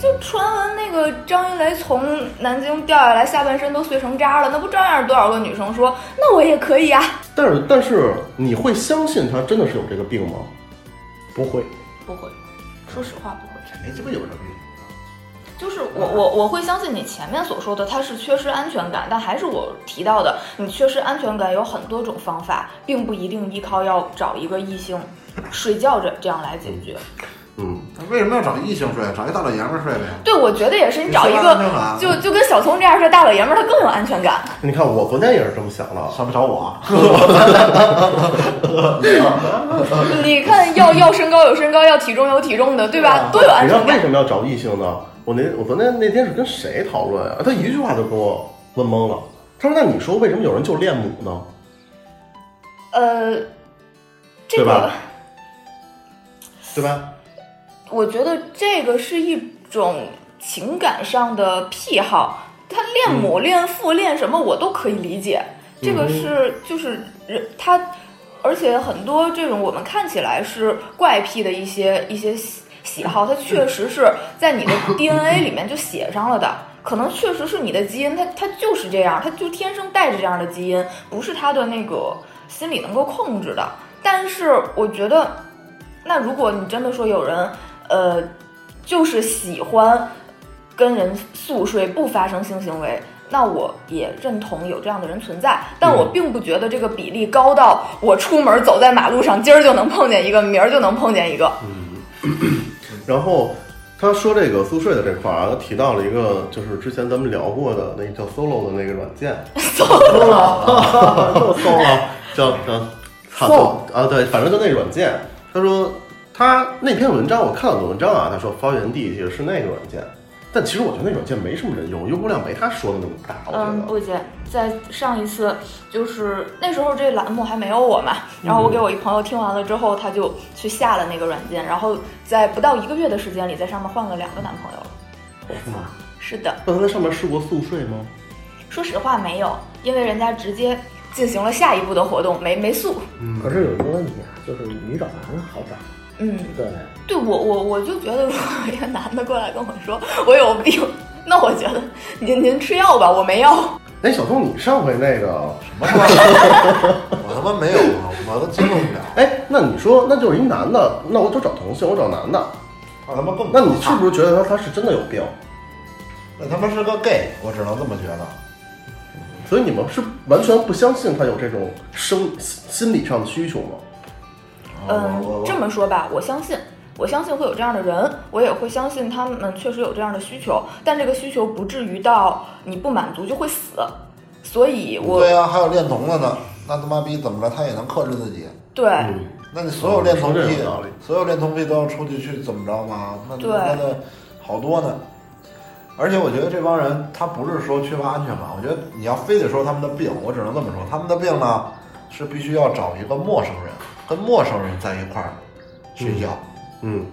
Speaker 3: 就传闻那个张云雷从南京掉下来，下半身都碎成渣了，那不照样多少个女生说那我也可以呀？
Speaker 2: 但是，但是你会相信他真的是有这个病吗？
Speaker 4: 不会，
Speaker 3: 不会，说实话不会。
Speaker 1: 谁鸡巴有这病？
Speaker 3: 就是我我我会相信你前面所说的，他是缺失安全感，但还是我提到的，你缺失安全感有很多种方法，并不一定依靠要找一个异性睡觉这这样来解决。
Speaker 2: 嗯，
Speaker 1: 他为什么要找异性睡？找一大老爷们儿睡呗。
Speaker 3: 对，我觉得也是，你找一
Speaker 1: 你
Speaker 3: 个
Speaker 1: 说完了
Speaker 3: 就就跟小聪这样的大老爷们儿，他更有安全感。
Speaker 2: 你看我昨天也是这么想的，
Speaker 1: 干嘛找我？
Speaker 3: 你看，要要身高有身高，要体重有体重的，对啊吧？多有安
Speaker 2: 啊你知道
Speaker 3: 全
Speaker 2: 为
Speaker 3: 感。
Speaker 2: 什么要找异性呢？我那我昨天那天是跟谁讨论啊？他一句话就给我问懵了。他说：“那你说为什么有人就恋母呢？
Speaker 3: 呃，这
Speaker 2: 对
Speaker 3: 个
Speaker 2: 吧对吧？
Speaker 3: 我觉得这个是一种情感上的癖好，他恋母、恋父、恋什么我都可以理解，这个是就是人他，而且很多这种我们看起来是怪癖的一些一些喜喜好，它确实是在你的 DNA 里面就写上了的。可能确实是你的基因，它它就是这样，它就天生带着这样的基因，不是他的那个心理能够控制的。但是我觉得那如果你真的说有人，呃，就是喜欢跟人宿睡不发生性行为，那我也认同有这样的人存在，但我并不觉得这个比例高到我出门走在马路上，今儿就能碰见一个，明儿就能碰见一个。
Speaker 2: 然后他说这个宿睡的这块儿啊，他提到了一个就是之前咱们聊过的那叫 Solo 的那个软件，
Speaker 4: 疯
Speaker 2: 啊
Speaker 4: 了， 又疯了。
Speaker 2: 叫叫操作啊，对，反正就那个软件。他说他那篇文章我看到的文章啊，他说发源地其实是那个软件，但其实我觉得那软件没什么人用，用户量没他说的那么大。我觉
Speaker 3: 嗯，
Speaker 2: 得，
Speaker 3: 不姐，在上一次就是那时候这栏目还没有我嘛，然后我给我一朋友听完了之后，他就去下了那个软件，然后在不到一个月的时间里，在上面换了两个男朋友。
Speaker 2: 哦
Speaker 4: 我的妈！
Speaker 3: 是的，
Speaker 2: 那他在上面试过宿睡吗？
Speaker 3: 说实话没有，因为人家直接进行了下一步的活动，没没宿。
Speaker 4: 可
Speaker 2: 哎
Speaker 4: 是有一个问题啊，就是女找男的好找，
Speaker 3: 嗯，
Speaker 4: 对，
Speaker 3: 对我我我就觉得，如果有一个男的过来跟我说我有病，那我觉得您您吃药吧，我没药。
Speaker 1: 哦
Speaker 2: 哎，小宋，你上回那个，
Speaker 1: 我他妈没有，啊我都接受不了。
Speaker 2: 哎，那你说那就是一男的，那我就找同性，我找男的，
Speaker 1: 我他妈更
Speaker 2: 那你是不是觉得他他是真的有病？
Speaker 1: 那他妈是个 gay，我只能这么觉得。
Speaker 2: 所以你们是完全不相信他有这种生心理上的需求吗？
Speaker 1: 我
Speaker 3: 嗯
Speaker 1: 我，
Speaker 3: 这么说吧，我相信，我相信会有这样的人，我也会相信他们确实有这样的需求，但这个需求不至于到你不满足就会死。所以我，
Speaker 1: 对啊呀、还有恋童的呢，那他妈逼怎么着，他也能克制自己。
Speaker 3: 对
Speaker 1: 那你所有恋童
Speaker 2: 哦说这
Speaker 1: 癖
Speaker 2: 有道理，
Speaker 1: 所有恋童癖都要出去去怎么着吗？那
Speaker 3: 对
Speaker 1: 那那好多呢。而且我觉得这帮人他不是说缺乏安全感，我觉得你要非得说他们的病，我只能这么说，他们的病呢是必须要找一个陌生人，跟陌生人在一块儿睡觉。
Speaker 2: 嗯，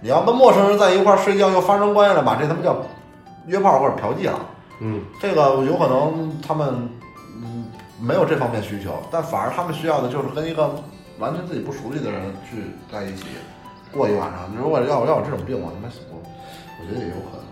Speaker 1: 你要跟陌生人在一块儿睡觉又发生关系了吧，这他妈叫约炮或者嫖妓了。
Speaker 2: 嗯，
Speaker 1: 这个有可能他们嗯没有这方面需求，但反而他们需要的就是跟一个完全自己不熟悉的人去在一起过一晚上。如果要要有这种病，我他妈我我觉得也有可能。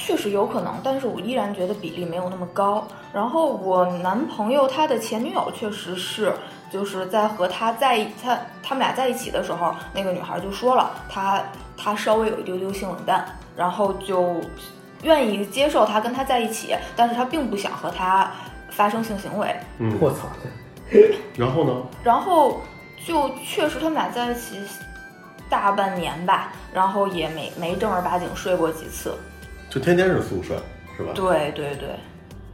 Speaker 3: 确实有可能，但是我依然觉得比例没有那么高。然后我男朋友他的前女友确实是，就是在和他在一他他们俩在一起的时候，那个女孩就说了，他他稍微有一丢丢性冷淡，然后就愿意接受他跟他在一起，但是他并不想和他发生性行为。
Speaker 2: 嗯
Speaker 4: 我操，
Speaker 2: 然后呢？
Speaker 3: 然后就确实他们俩在一起大半年吧，然后也没没正儿八经睡过几次。
Speaker 2: 就天天是宿睡，是吧？
Speaker 3: 对对对，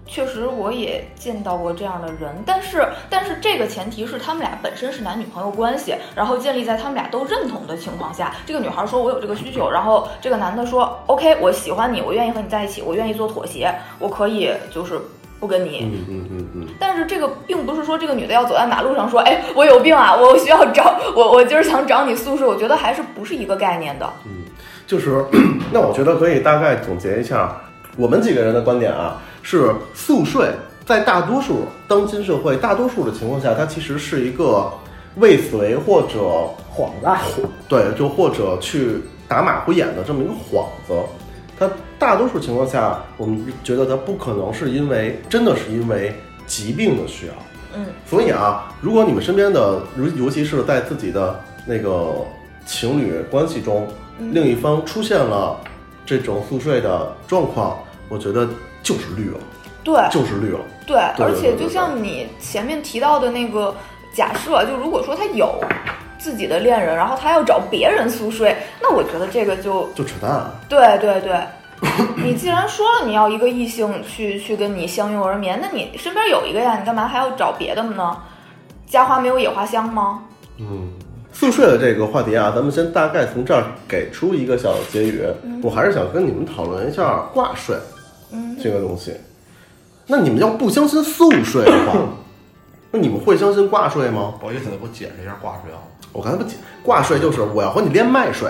Speaker 3: 确实我也见到过这样的人，但是但是这个前提是他们俩本身是男女朋友关系，然后建立在他们俩都认同的情况下，这个女孩说我有这个需求，然后这个男的说 OK 我喜欢你，我愿意和你在一起，我愿意做妥协，我可以就是不跟你。
Speaker 2: 嗯嗯嗯嗯。
Speaker 3: 但是这个并不是说这个女的要走在马路上说，哎，我有病啊，我需要找我我今儿想找你宿舍，我觉得还是不是一个概念的。
Speaker 2: 就是 那我觉得可以大概总结一下我们几个人的观点啊，是宿睡在大多数当今社会大多数的情况下，它其实是一个未遂或者
Speaker 4: 幌 子，啊
Speaker 2: 对，就或者去打马虎眼的这么一个幌子。它大多数情况下，我们觉得它不可能是因为真的是因为疾病的需要。
Speaker 3: 嗯，
Speaker 2: 所以啊，如果你们身边的，尤尤其是在自己的那个情侣关系中，另一方出现了这种宿睡的状况，我觉得就是绿了，
Speaker 3: 对，
Speaker 2: 就是绿了。
Speaker 3: 对，
Speaker 2: 对
Speaker 3: 而
Speaker 2: 对对
Speaker 3: 且就
Speaker 2: 对
Speaker 3: 像你前面提到的那个假设，就如果说他有自己的恋人，然后他要找别人宿睡，那我觉得这个就
Speaker 2: 就扯淡啊。
Speaker 3: 对 对对，你既然说了你要一个异性去去跟你相拥而眠，那你身边有一个呀，你干嘛还要找别的呢？家花没有野花香吗？
Speaker 2: 嗯，宿舍的这个话题啊，咱们先大概从这儿给出一个小结语。我还是想跟你们讨论一下挂睡
Speaker 3: 嗯，
Speaker 2: 这个东西。那你们要不相信宿睡的话，那你们会相信挂睡吗？
Speaker 5: 不好意思，给我解释一下挂 睡啊。
Speaker 2: 我刚才不解挂睡就是我要和你连麦睡，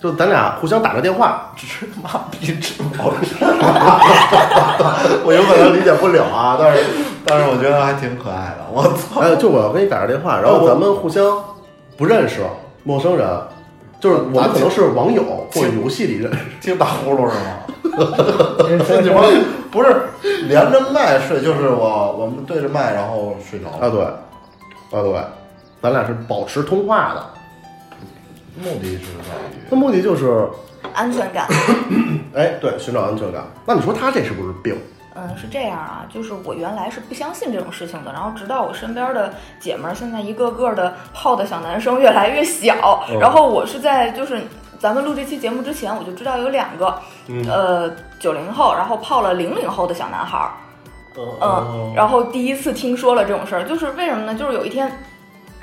Speaker 2: 就咱俩互相打个电话。
Speaker 5: 只是妈逼吃毛吃，
Speaker 1: 我有可能理解不了啊，但是
Speaker 5: 但是我觉得还挺可爱的。我 操，
Speaker 2: 哎，就我要跟你打个电话，然后咱们互相不认识，陌生人，就是我们可能是网友或者游戏里认识。
Speaker 5: 净打呼噜是吗？
Speaker 1: 这 你妈不是连着麦睡，就是我我们对着麦然后睡着
Speaker 2: 啊
Speaker 1: 了，
Speaker 2: 对，啊对，咱俩是保持通话的，
Speaker 1: 目的是在
Speaker 2: 那目的就是，
Speaker 3: 安全感。
Speaker 2: 哎，对，寻找安全感。那你说他这是不是病？
Speaker 3: 嗯，是这样啊，就是我原来是不相信这种事情的，然后直到我身边的姐们儿现在一个个的泡的小男生越来越小，然后我是在就是咱们录这期节目之前，我就知道有两个，呃，九零后，然后泡了零零后的小男孩儿，嗯，然后第一次听说了这种事儿，就是为什么呢？就是有一天，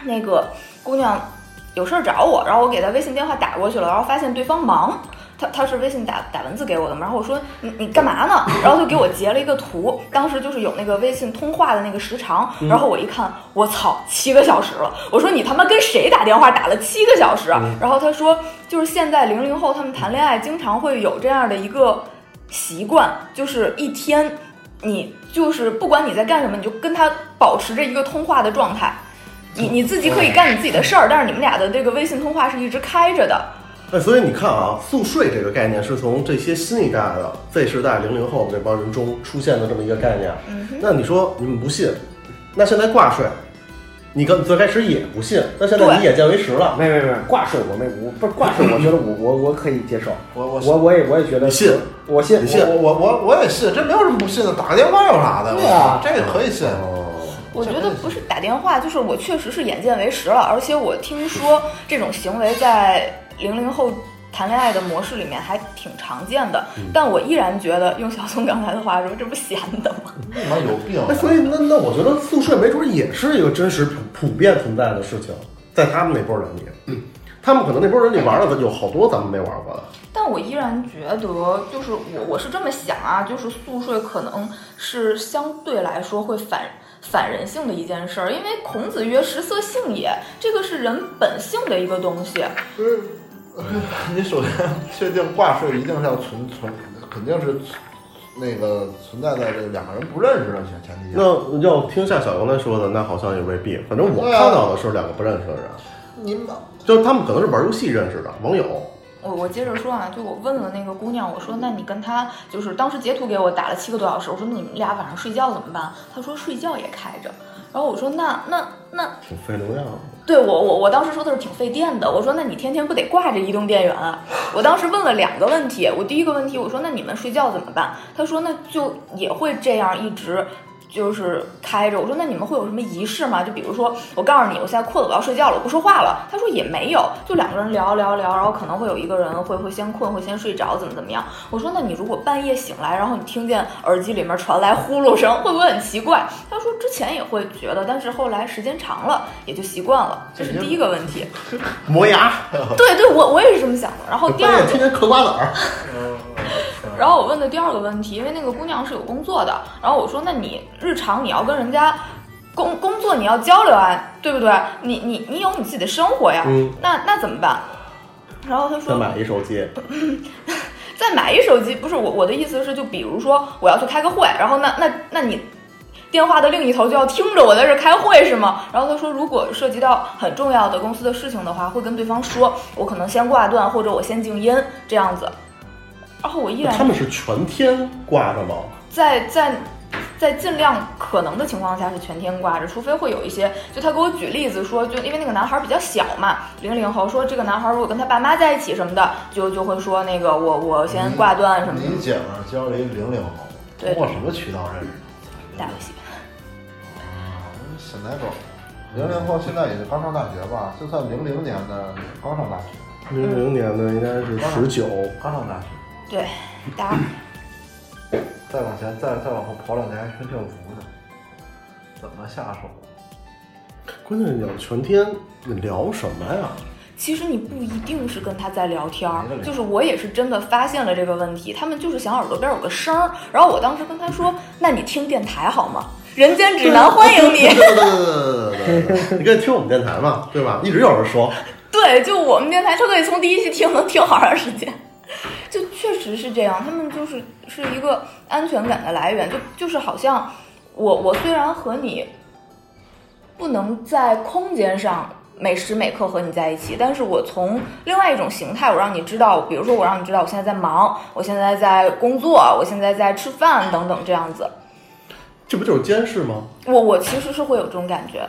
Speaker 3: 那个姑娘有事儿找我，然后我给她微信电话打过去了，然后发现对方忙，她她是微信打打文字给我的嘛，然后我说你你干嘛呢？然后就给我截了一个图，当时就是有那个微信通话的那个时长，然后我一看，我操，七个小时了，我说你他妈跟谁打电话打了七个小时啊？然后她说就是现在零零后他们谈恋爱经常会有这样的一个习惯，就是一天。你就是不管你在干什么，你就跟他保持着一个通话的状态。你你自己可以干你自己的事儿，但是你们俩的这个微信通话是一直开着的。
Speaker 2: 哎，所以你看啊，宿睡这个概念是从这些新一代的 Z 世代、零零后这帮人中出现的这么一个概念。那你说你们不信，那现在挂睡，你刚最开始也不信，那现在
Speaker 3: 对
Speaker 2: 你眼见为实了，
Speaker 4: 没没没，挂睡我没我不是挂睡，我觉得我我我可以接受，
Speaker 1: 我我
Speaker 4: 我我也我也觉得
Speaker 2: 你信，
Speaker 4: 我信
Speaker 2: 你信
Speaker 1: 我我我我也信，这没有什么不信的，打个电话有啥的？
Speaker 4: 对啊
Speaker 1: 我这个可以信。啊
Speaker 3: 我觉得不是打电话，就是我确实是眼见为实了，而且我听说这种行为在零零后谈恋爱的模式里面还挺常见的。但我依然觉得，用小松刚才的话说，这不闲的吗？
Speaker 1: 你妈有病啊！
Speaker 2: 哎，所以那那我觉得宿睡没准儿也是一个真实普普遍存在的事情，在他们那波人里，他们可能那波人里玩了的有好多咱们没玩过的。
Speaker 3: 但我依然觉得，就是我我是这么想啊，就是宿睡可能是相对来说会反反人性的一件事儿，因为孔子曰“食色性也”，这个是人本性的一个东西。
Speaker 1: 你首先确定挂睡一定是要存存，肯定是那个存在在这两个人不认识的前前提下。
Speaker 2: 那要听夏小刚才说的，那好像也未必。反正我看到的是两个不认识的人，
Speaker 1: 你妈
Speaker 2: 就是他们可能是玩游戏认识的网友。
Speaker 3: 我我接着说啊，就我问了那个姑娘，我说那你跟他就是当时截图给我打了七个多小时，我说那你们俩晚上睡觉怎么办？她说睡觉也开着。然后我说那那那
Speaker 2: 挺费能量的，
Speaker 3: 对我，我我当时说的是挺费电的。我说那你天天不得挂着移动电源啊？我当时问了两个问题，我第一个问题我说那你们睡觉怎么办？他说那就也会这样一直就是开着。我说那你们会有什么仪式吗？就比如说我告诉你我现在困了，我要睡觉了，我不说话了。他说也没有，就两个人聊聊聊，然后可能会有一个人会会先困，会先睡着，怎么怎么样。我说那你如果半夜醒来，然后你听见耳机里面传来呼噜声，会不会很奇怪？他说之前也会觉得，但是后来时间长了也就习惯了，这是第一个问题。
Speaker 2: 磨牙，
Speaker 3: 对对，我我也是这么想的。然后第二
Speaker 2: 半夜
Speaker 3: 个
Speaker 2: 天，天嗑瓜子儿，
Speaker 3: 然后我问的第二个问题，因为那个姑娘是有工作的，然后我说那你日常你要跟人家。工工作你要交流啊，对不对？你你你有你自己的生活呀，
Speaker 2: 嗯
Speaker 3: 那那怎么办？然后他说
Speaker 2: 再买一手机，
Speaker 3: 再买一手机，不是我我的意思是，就比如说我要去开个会，然后那那那你电话的另一头就要听着我在这儿开会是吗？然后他说，如果涉及到很重要的公司的事情的话，会跟对方说，我可能先挂断或者我先静音这样子。然后我依然
Speaker 2: 他们是全天挂着吗？
Speaker 3: 在在在尽量可能的情况下是全天挂着，除非会有一些，就他给我举例子说，就因为那个男孩比较小嘛，零零后，说这个男孩如果跟他爸妈在一起什么的，就就会说那个我我先
Speaker 2: 嗯
Speaker 3: 挂断什么的。
Speaker 1: 你姐们儿交了一零零后，
Speaker 3: 对
Speaker 1: 通过什么渠道认识的？
Speaker 5: 嗯
Speaker 3: 打游戏。
Speaker 1: 小奶狗，零零后现在也是刚上大学吧，就算零零年的也刚上大学，
Speaker 2: 零零年的应该是十九，
Speaker 1: 刚上大学，
Speaker 3: 对，答
Speaker 1: 再往前再再往后跑两年还穿校服呢，怎么下手？
Speaker 2: 关键是你要全天你聊什么呀？
Speaker 3: 其实你不一定是跟他在聊天儿
Speaker 1: 没得，聊
Speaker 3: 就是我也是真的发现了这个问题，他们就是想耳朵边有个声儿，然后我当时跟他说：“那你听电台好吗？人间指南欢迎你。
Speaker 2: 对对对对对对对，你可以听我们电台嘛，对吧？一直有人说，”
Speaker 3: 对，就我们电台，他可以从第一期听能听好长时间， 就确实是这样，他们就是是一个安全感的来源，就就是好像我我虽然和你不能在空间上每时每刻和你在一起，但是我从另外一种形态，我让你知道，比如说我让你知道我现在在忙，我现在在工作，我现在在吃饭等等这样子。
Speaker 2: 这不就是监视吗？
Speaker 3: 我我其实是会有这种感觉，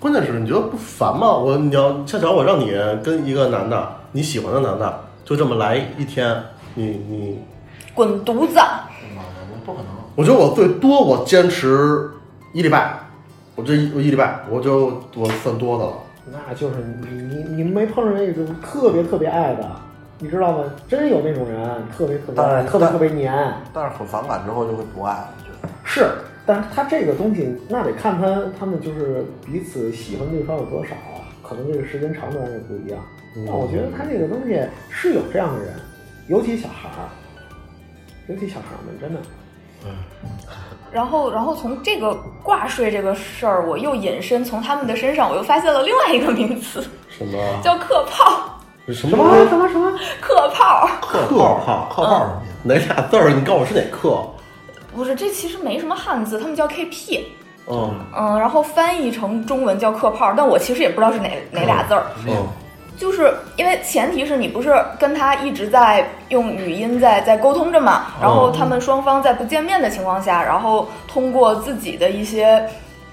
Speaker 2: 关键是你觉得不烦吗？我你要恰巧我让你跟一个男的你喜欢的男的就这么来一天，你你，
Speaker 3: 滚犊子！
Speaker 5: 嗯
Speaker 1: 妈呀，我不可能，
Speaker 2: 我觉得我最多我坚持一礼拜，我这一我一礼拜我就我算多的了。
Speaker 4: 那就是你你你们没碰上那种特别特别爱的，你知道吗？真有那种人，特别特别爱，
Speaker 1: 但是
Speaker 4: 特别
Speaker 1: 但
Speaker 4: 特别黏。
Speaker 1: 但是很反感之后就会不爱了，我觉得。
Speaker 4: 是，但是他这个东西，那得看他他们就是彼此喜欢对方有多少，可能这个时间长短也不一样。但我觉得他这个东西是有这样的人，尤其小孩儿，尤其小孩儿们真的。
Speaker 3: 然后，然后从这个挂睡这个事儿，我又引申从他们的身上，我又发现了另外一个名词，
Speaker 2: 什么
Speaker 3: 叫客炮。
Speaker 2: 什
Speaker 4: 什
Speaker 2: 么
Speaker 4: 么什么什么？
Speaker 3: 客炮
Speaker 2: 克号
Speaker 5: 靠炮什么的，
Speaker 2: 哪俩字儿？你告诉我是哪克？
Speaker 3: 不是，这其实没什么汉字，他们叫 KP，
Speaker 2: 嗯
Speaker 3: 嗯，然后翻译成中文叫客炮，但我其实也不知道是哪哪俩字儿，
Speaker 2: 嗯，
Speaker 3: 就是因为前提是你不是跟他一直在用语音在在沟通着嘛，然后他们双方在不见面的情况下，然后通过自己的一些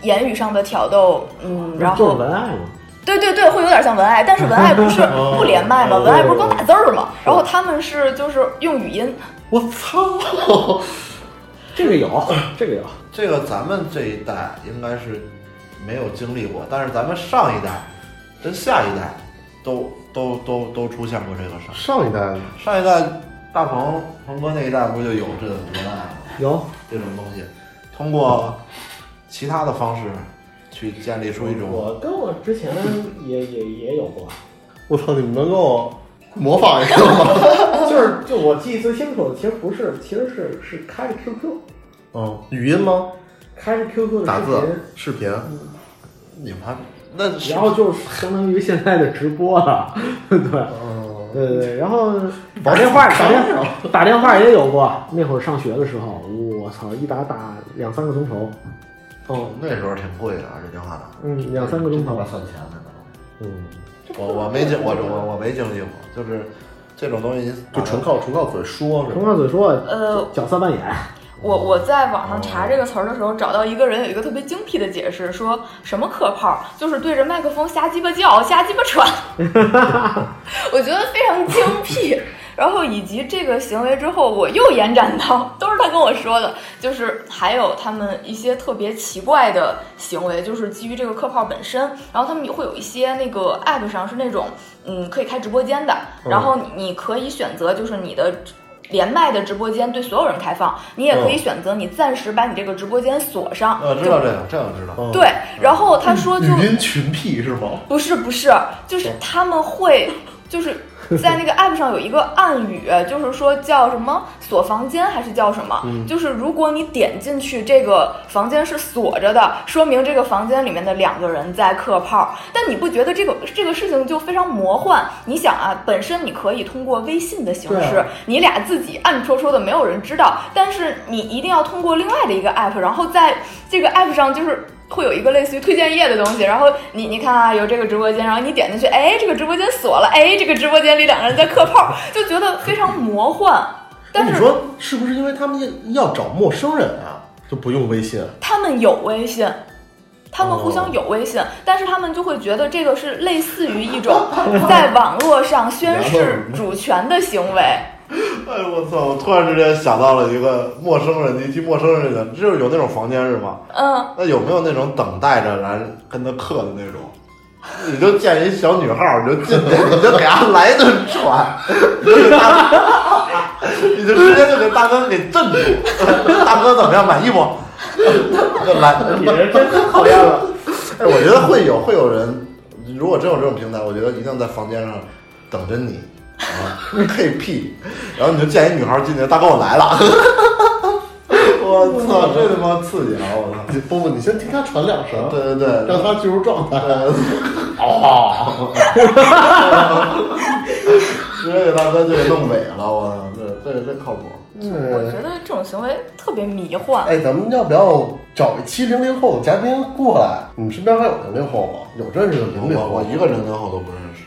Speaker 3: 言语上的挑逗，嗯，然
Speaker 4: 就是
Speaker 3: 后
Speaker 4: 文案嘛。
Speaker 3: 对对对，会有点像文爱，但是文爱不 是
Speaker 2: 哦
Speaker 3: 不连麦吗？文爱不是光打字儿吗？
Speaker 4: 是
Speaker 3: 然后他们是就是用语音，
Speaker 2: 我操！
Speaker 4: 这个有，这个有。
Speaker 5: 这个咱们这一代应该是没有经历过，但是咱们上一代跟下一代都都都都出现过这个事儿。
Speaker 2: 上一代
Speaker 5: 上一代大鹏鹏哥那一代不就有这种文案吗？
Speaker 4: 有，
Speaker 5: 这种东西，通过其他的方式去建立出一种
Speaker 4: 我跟我之前也也也有过，
Speaker 2: 我操，你们能给我模仿一个吗？
Speaker 4: 就是就我记忆最清楚的，其实不是，其实是是开着 QQ，
Speaker 2: 嗯，语音吗？
Speaker 4: 开着 QQ
Speaker 2: 打
Speaker 4: 的视
Speaker 2: 字
Speaker 4: 频，、
Speaker 2: 视频，
Speaker 5: 你们还那是
Speaker 4: 然后就是相当于现在的直播了， 对
Speaker 2: 嗯，
Speaker 4: 对对对，然后哦 打电话打电 打电话也有过，那会儿上学的时候，我操，一打打两三个钟头，哦，
Speaker 5: 那时候挺贵的啊，这电话打。
Speaker 4: 嗯，两三个钟
Speaker 1: 这他
Speaker 4: 头
Speaker 1: 妈，算钱的呢。
Speaker 4: 嗯，
Speaker 5: 啊我我没经我我我没经历过，就是这种东西啊
Speaker 2: 就纯靠纯靠嘴说是
Speaker 4: 冲
Speaker 2: 吧？
Speaker 4: 上嘴说
Speaker 3: 呃，
Speaker 4: 角色扮演，
Speaker 3: 我我在网上查这个词儿的时候，找到一个人有一个特别精辟的解释，说什么客炮就是对着麦克风瞎鸡巴叫、瞎鸡 巴喘，我觉得非常精辟。然后以及这个行为之后，我又延展到都是他跟我说的，就是还有他们一些特别奇怪的行为，就是基于这个客炮本身。然后他们会有一些那个 app 上是那种嗯可以开直播间的，
Speaker 5: 嗯
Speaker 3: 然后你你可以选择就是你的。连麦的直播间对所有人开放，你也可以选择你暂时把你这个直播间锁上。
Speaker 5: 呃，嗯知道这个，这个知道。
Speaker 2: 嗯，
Speaker 3: 对，然后他说就
Speaker 2: 语音群 P 是吗？
Speaker 3: 不是不是，就是他们会就是在 那个 app 上有一个暗语，就是说叫什么锁房间还是叫什么？
Speaker 4: 嗯
Speaker 3: 就是如果你点进去，这个房间是锁着的，说明这个房间里面的两个人在嗑炮。但你不觉得这个这个事情就非常魔幻？你想啊，本身你可以通过微信的形
Speaker 4: 对啊
Speaker 3: 式，你俩自己暗戳戳的没有人知道，但是你一定要通过另外的一个 app，然后在这个 app 上就是。会有一个类似于推荐页的东西，然后你你看啊，有这个直播间，然后你点进去，哎，这个直播间锁了，哎，这个直播间里两个人在嗑炮，就觉得非常魔幻。但
Speaker 2: 你
Speaker 3: 是
Speaker 2: 说是不是因为他们要找陌生人啊，就不用微信？
Speaker 3: 他们有微信，他们互
Speaker 2: 哦
Speaker 3: 相有微信，但是他们就会觉得这个是类似于一种在网络上宣
Speaker 2: 然
Speaker 3: 示主权的行为。
Speaker 1: 哎我操！我突然之间想到了一个陌生人，一提陌生人的，就是有那种房间是吗？
Speaker 3: 嗯，
Speaker 1: 那有没有那种等待着来跟他客的那种？你就见一小女号，你就进去，你就给她来顿喘， 你就给大哥你就直接就给大哥给震住。 大哥怎么样？满意不？ 就来，
Speaker 4: 你这真讨厌了。
Speaker 1: 哎，我觉得会有会有人，如果真有这种平台，我觉得一定在房间上等着你啊，KP，然后你就见一女孩进去，大哥我来了， 我操，这他妈刺激啊！我操，
Speaker 2: 你不不，你先听他喘两声，
Speaker 1: 对对对，
Speaker 2: 让他进入状态。
Speaker 1: 哦， 直接给大哥就给弄萎了，我操，这这这靠谱，
Speaker 3: 我觉得这种行为特别迷幻。
Speaker 2: 哎，咱们要不要找一期零零后的嘉宾过来？你们身边还有零零后吗？有认识的零零
Speaker 1: 我
Speaker 2: 后
Speaker 1: 我？一个人跟后都不认识。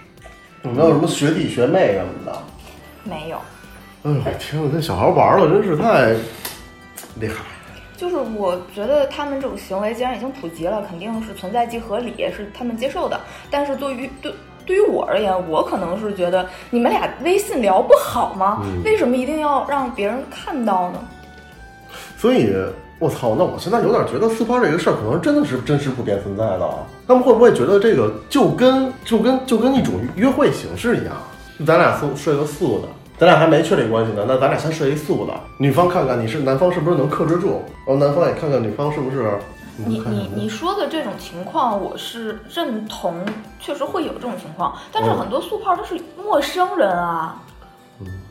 Speaker 2: 有没有什么学弟学妹什么的？
Speaker 3: 没有，
Speaker 2: 哎呦，天哪，跟小孩玩的真是太厉害！
Speaker 3: 就是我觉得他们这种行为既然已经普及了，肯定是存在即合理，是他们接受的。但是对于对。对于我而言，我可能是觉得你们俩微信聊不好吗？
Speaker 1: 嗯
Speaker 3: 为什么一定要让别人看到呢？
Speaker 2: 所以，我操，那我现在有点觉得私抛这个事儿可能真的是真实普遍存在的。啊他们会不会觉得这个就跟就跟就跟一种约会形式一样？咱俩素睡个素的，咱俩还没确定关系呢，那咱俩先睡一素的，女方看看你是男方是不是能克制住，然后男方也看看女方是不是。
Speaker 1: 嗯
Speaker 3: 你你你说的这种情况，我是认同，确实会有这种情况。但是
Speaker 1: 嗯
Speaker 3: 很多速泡他是陌生人啊，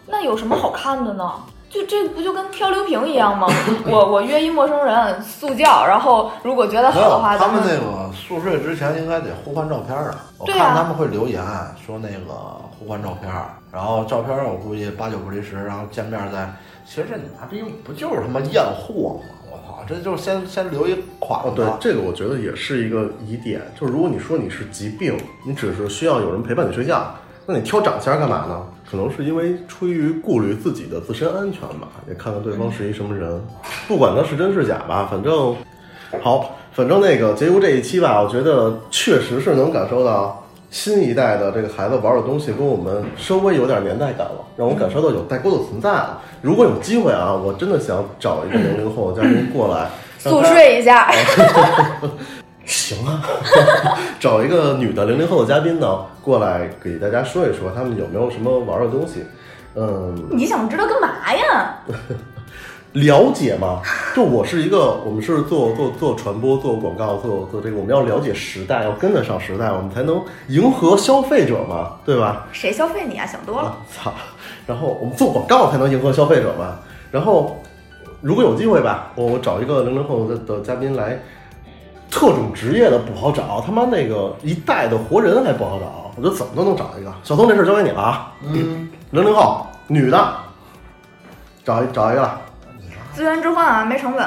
Speaker 3: 那有什么好看的呢？就这不就跟漂流瓶一样吗？我我约一陌生人 速教，然后如果觉得
Speaker 1: 没
Speaker 3: 好的
Speaker 1: 有，
Speaker 3: 话，
Speaker 1: 他
Speaker 3: 咱
Speaker 1: 们那个宿睡之前应该得互换照片儿啊。我
Speaker 3: 对啊
Speaker 1: 看他们会留言说那个互换照片儿，然后照片儿我估计八九不离十，然后见面再。其实这你妈逼不就是他妈验货吗？我操，这就是先先留一款
Speaker 2: 哦，对，这个我觉得也是一个疑点，就是如果你说你是疾病，你只是需要有人陪伴你睡觉，那你挑长相干嘛呢？可能是因为出于顾虑自己的自身安全吧，也看看对方是一什么人，不管他是真是假吧，反正好，反正那个结束这一期吧，我觉得确实是能感受到新一代的这个孩子玩的东西跟我们稍微有点年代感了，让我感受到有代沟的存在了。如果有机会啊，我真的想找一个零零后的嘉宾过来。让
Speaker 3: 宿
Speaker 2: 他
Speaker 3: 睡一下。
Speaker 2: 哦行啊， 找一个女的零零后的嘉宾呢，过来给大家说一说他们有没有什么玩的东西。嗯，
Speaker 3: 你想知道干嘛呀？
Speaker 2: 了解嘛，就我是一个，我们是做做做传播、做广告、做做这个，我们要了解时代，要跟得上时代，我们才能迎合消费者嘛，对吧？
Speaker 3: 谁消费你啊？想多了。
Speaker 2: 操！然后我们做广告才能迎合消费者嘛。然后如果有机会吧，我我找一个零零后的的嘉宾来，特种职业的不好找，他妈那个一代的活人还不好找，我觉得怎么都能找一个。小松这事儿交给你了啊，嗯，零零后女的，找一找一个吧，
Speaker 3: 资源置换啊，没成本。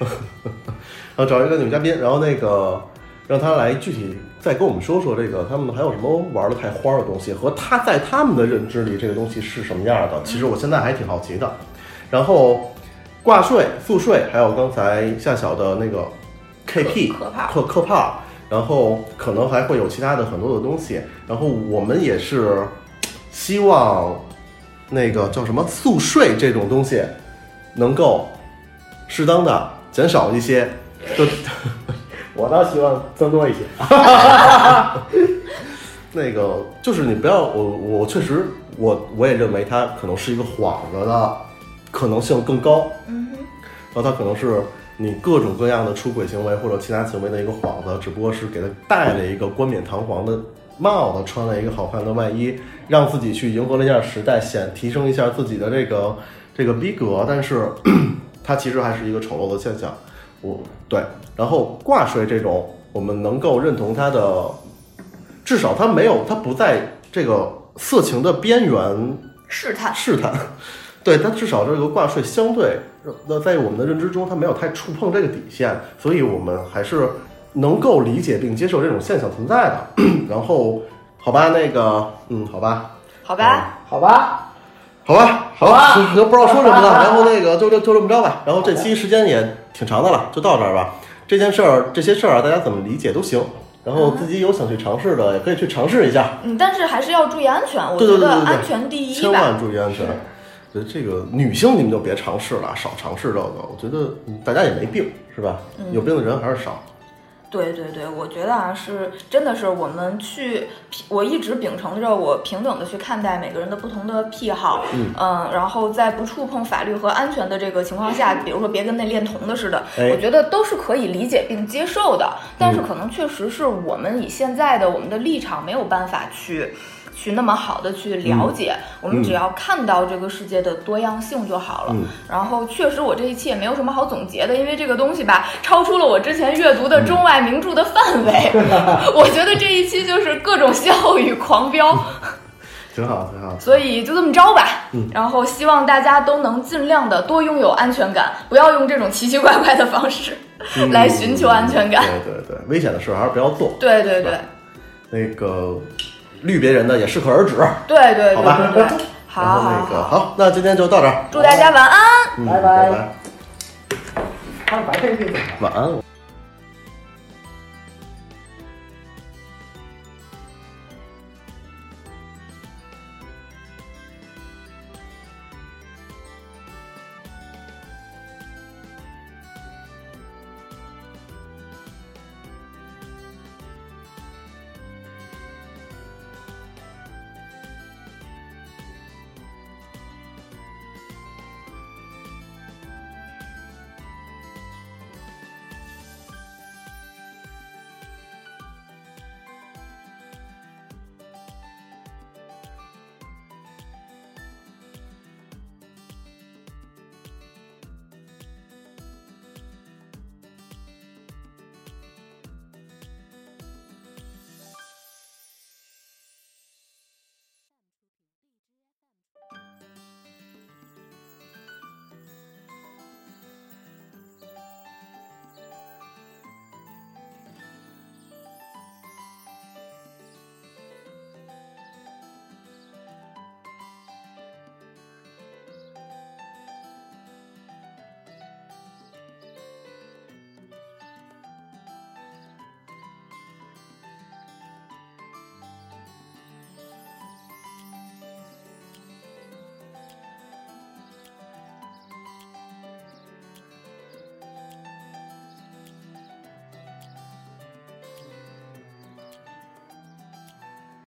Speaker 2: 然后找一个女嘉宾，然后那个让她来具体再跟我们说说这个他们还有什么玩的太花的东西，和她在他们的认知里这个东西是什么样的。其实我现在还挺好奇的。然后挂税、速税，还有刚才夏晓的那个 KP
Speaker 3: 可可怕
Speaker 2: 克克帕，然后可能还会有其他的很多的东西。然后我们也是希望那个叫什么速税这种东西能够适当的减少一些。就
Speaker 4: 我倒希望增多一些。
Speaker 2: 那个就是你不要我我确实我我也认为它可能是一个幌子的可能性更高，
Speaker 3: 嗯哼，
Speaker 2: 然后它可能是你各种各样的出轨行为或者其他行为的一个幌子，只不过是给它戴了一个冠冕堂皇的帽子，穿了一个好看的外衣，让自己去迎合了一下时代，显提升一下自己的这个这个逼格，但是 它其实还是一个丑陋的现象。我对，然后挂税这种，我们能够认同它的，至少它没有，它不在这个色情的边缘
Speaker 3: 试探。
Speaker 2: 试探， 对，但至少这个挂税相对，那在我们的认知中，它没有太触碰这个底线，所以我们还是能够理解并接受这种现象存在的。 然后，好吧，那个，嗯，好吧，
Speaker 3: 好吧，
Speaker 4: 好吧，
Speaker 2: 好吧，好吧，就就不知道说什么了。然后那个就就就这么着吧。然后这期时间也挺长的了，就到这儿吧。这件事儿，这些事儿啊，大家怎么理解都行。然后自己有想去尝试的，也可以去尝试一下，
Speaker 3: 嗯，但是还是要注意安全。我
Speaker 2: 对对
Speaker 3: 觉
Speaker 2: 对
Speaker 3: 得
Speaker 2: 对对
Speaker 3: 安全第一
Speaker 2: 千
Speaker 3: 吧。
Speaker 2: 万注意安全。呃这个女性你们就别尝试了，少尝试这个。我觉得嗯大家也没病，是吧？
Speaker 3: 嗯
Speaker 2: 有病的人还是 少。
Speaker 3: 对对对，我觉得啊，是真的是我们去，我一直秉承着我平等的去看待每个人的不同的癖好，嗯、然后在不触碰法律和安全的这个情况下，比如说别跟那恋童的似的，
Speaker 2: 哎
Speaker 3: 我觉得都是可以理解并接受的。但是可能确实是我们以现在的我们的立场没有办法去。去那么好的去了解，我们只要看到这个世界的多样性就好了。然后确实，我这一期也没有什么好总结的，因为这个东西吧，超出了我之前阅读的中外名著的范围。我觉得这一期就是各种笑语狂飙，
Speaker 2: 挺好，挺好。
Speaker 3: 所以就这么着吧。然后希望大家都能尽量的多拥有安全感，不要用这种奇奇怪怪的方式来寻求安全感。
Speaker 2: 对对对，危险的事还是不要做。
Speaker 3: 对对对
Speaker 2: 那个绿别人的也适可 而止，
Speaker 3: 对对对
Speaker 2: 好吧
Speaker 3: 对对，好
Speaker 2: 然后
Speaker 3: 好
Speaker 2: 那个
Speaker 3: 好，
Speaker 2: 好，那今天就到这儿，
Speaker 3: 祝大家晚安。
Speaker 2: 嗯
Speaker 4: 拜
Speaker 2: 拜
Speaker 4: 拜
Speaker 2: 拜，
Speaker 4: 看白天病怎么？
Speaker 2: 晚安。